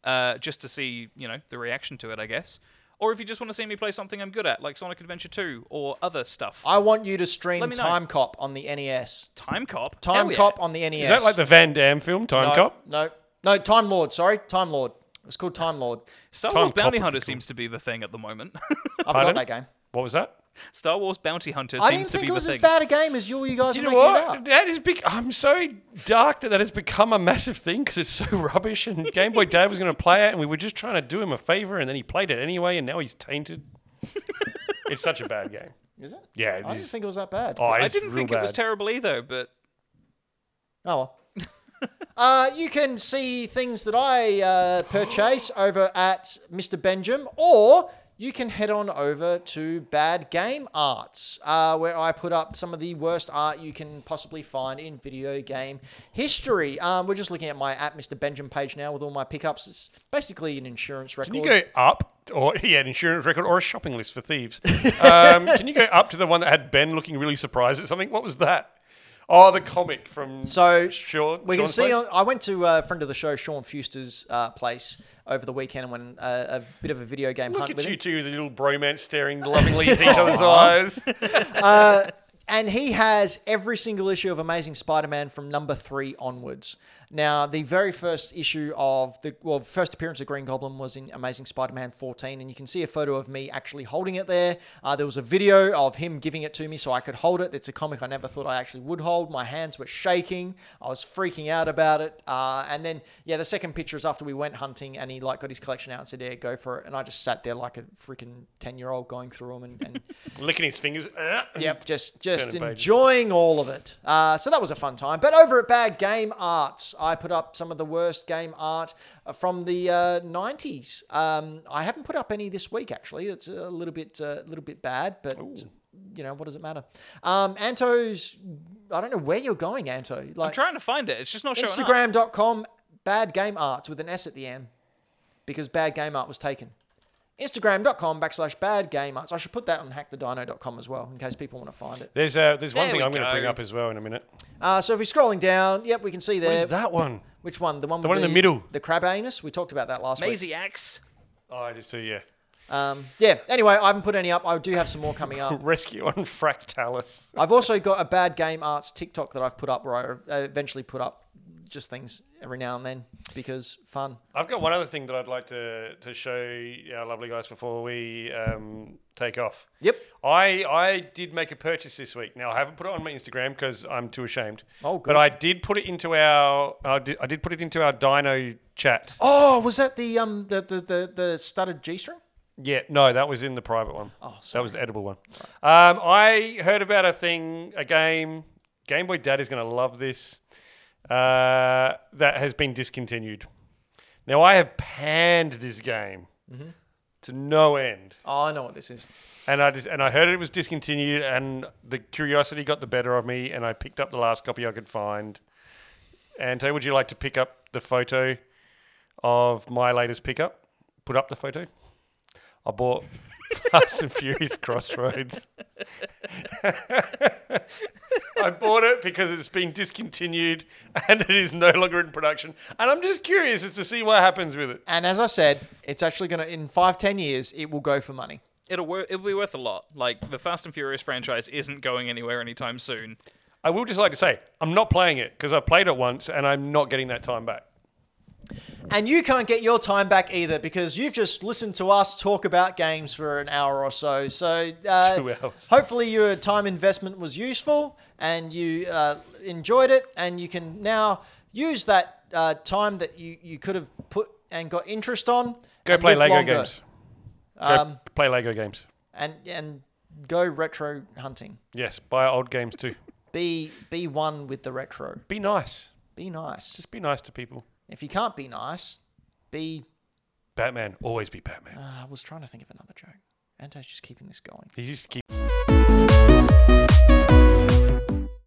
C: uh, just to see, you know, the reaction to it, I guess. Or if you just want to see me play something I'm good at, like Sonic Adventure 2 or other stuff.
A: I want you to stream
C: Let me know.
A: Time Cop on the NES.
C: Time Cop.
A: Time
C: Hell yeah.
A: Cop on the NES.
B: Is that like the Van Damme film, Time
A: no,
B: Cop?
A: No, no, Time Lord. Sorry, Time Lord. It's called Time Lord.
C: Star
B: Time
C: Wars
B: Cop
C: Bounty
B: would be
C: Hunter
B: cool.
C: seems to be the thing at the moment.
A: I've
B: Pardon?
A: got that game.
B: What was that?
C: Star Wars Bounty Hunter
A: I
C: seems
A: didn't
C: to be
A: think it was
C: the
A: as
C: thing.
A: bad a game as you, you guys
B: Do
A: are
B: you know
A: making it
B: what?
A: out.
B: That is big. I'm so dark that that has become a massive thing because it's so rubbish. And Game Boy Dad was going to play it, and we were just trying to do him a favor, and then he played it anyway, and now he's tainted. it's such a bad game.
A: Is it?
B: Yeah, it
A: I didn't
B: is.
A: think it was that bad.
B: Oh,
C: I
B: it's
C: didn't
B: real
C: think it was
B: bad.
C: terrible either, but
A: Oh well. uh, you can see things that I uh, purchase over at Mr. Benjamin, or you can head on over to Bad Game Arts, uh, where I put up some of the worst art you can possibly find in video game history. Um, we're just looking at my at Mr. Benjamin page now with all my pickups. It's basically an insurance record.
B: Can you go up? Or yeah, an insurance record or a shopping list for thieves. Um, can you go up to the one that had Ben looking really surprised at something? What was that? Oh, the comic from
A: So
B: Sean.
A: we can
B: Sean's
A: see.
B: place?
A: On, I went to a friend of the show, Sean Fuster's uh, place over the weekend, and went uh, a bit of a video game
B: Look
A: hunt with
B: at
A: him.
B: you two, the little bromance staring lovingly into each
A: Oh,
B: other's eyes.
A: Uh, and he has every single issue of Amazing Spider-Man from number three onwards. Now, the very first issue of the well, first appearance of Green Goblin was in Amazing Spider-Man 14, and you can see a photo of me actually holding it there. Uh, there was a video of him giving it to me so I could hold it. It's a comic I never thought I actually would hold. My hands were shaking. I was freaking out about it. Uh, and then, yeah, the second picture is after we went hunting, and he like got his collection out and said, "Yeah, go for it." And I just sat there like a freaking ten-year-old going through them and. and
B: Licking his fingers. Uh.
A: Yep, just just
B: Turning pages.
A: enjoying all of it. Uh, so that was a fun time. But over at Bad Game Arts, I put up some of the worst game art uh, from the uh, '90s. Um, I haven't put up any this week actually. It's a little bit a little bit bad, but you know what does it matter? Um, Anto's, I don't know where you're going, Anto.
C: I'm
A: Like
C: trying to find it. It's just not showing up.
A: Instagram.com Bad Game Arts with an S at the end because Bad Game Art was taken. Instagram.com backslash bad game arts. I should put that on hackthedino.com as well in case people want to find it.
B: There's uh, there's one
C: There
B: thing
C: we
B: I'm going to
C: go.
B: bring up as well in a minute.
A: Uh, so if we're scrolling down, yep, we can see
B: What
A: there.
B: is that one?
A: Which one? The one with
B: one in the middle.
A: The crab anus. We talked about that last week.
C: Maisie Axe.
B: Oh, I just see, yeah.
A: Um, yeah. Anyway, I haven't put any up. I do have some more coming up.
B: Rescue on Fractalis.
A: I've also got a bad game arts TikTok that I've put up where I uh, eventually put up just things every now and then because fun.
B: I've got one other thing that I'd like to, to show our lovely guys before we um, take off.
A: Yep.
B: I, I did make a purchase this week. Now, I haven't put it on my Instagram because I'm too ashamed.
A: Oh, good.
B: But I did put it into our I did, I did put it into our Dino chat.
A: Oh, was that the um the the the, the studded G string?
B: Yeah, no, that was in the private one. Oh,
A: sorry.
B: That was the edible one. Um, I heard about a thing, a game. Game Boy Dad is going to love this. Uh, that has been discontinued. Now I have panned this game to no end,
A: Oh, I know what this is.
B: and I just, and I heard it was discontinued, and the curiosity got the better of me, and I picked up the last copy I could find. Ante, would you like to pick up the photo of my latest pickup? Put up the photo. I bought Fast and Furious Crossroads. I bought it because it's been discontinued and it is no longer in production. And I'm just curious as to see what happens with it.
A: And as I said, it's actually going to in five ten years it will go for money.
C: it'll wor- it'll be worth a lot. Like the Fast and Furious franchise isn't going anywhere anytime soon.
B: I will just like to say, I'm not playing it because I played it once and I'm not getting that time back.
A: And you can't get your time back either because you've just listened to us talk about games for an hour or so. So, uh,
B: Two hours.
A: hopefully, your time investment was useful and you uh, enjoyed it. And you can now use that uh, time that you, you could have put and got interest on.
B: Go
A: and
B: play
A: live
B: Lego
A: longer.
B: games. Go
A: Um,
B: play Lego games.
A: And, and go retro hunting.
B: Yes, buy old games too.
A: Be, be one with the retro.
B: Be nice.
A: Be nice.
B: Just be nice to people.
A: If you can't be nice, be.
B: Batman, always be Batman.
A: Uh, I was trying to think of another joke. Anto's just keeping this going.
B: He's just keep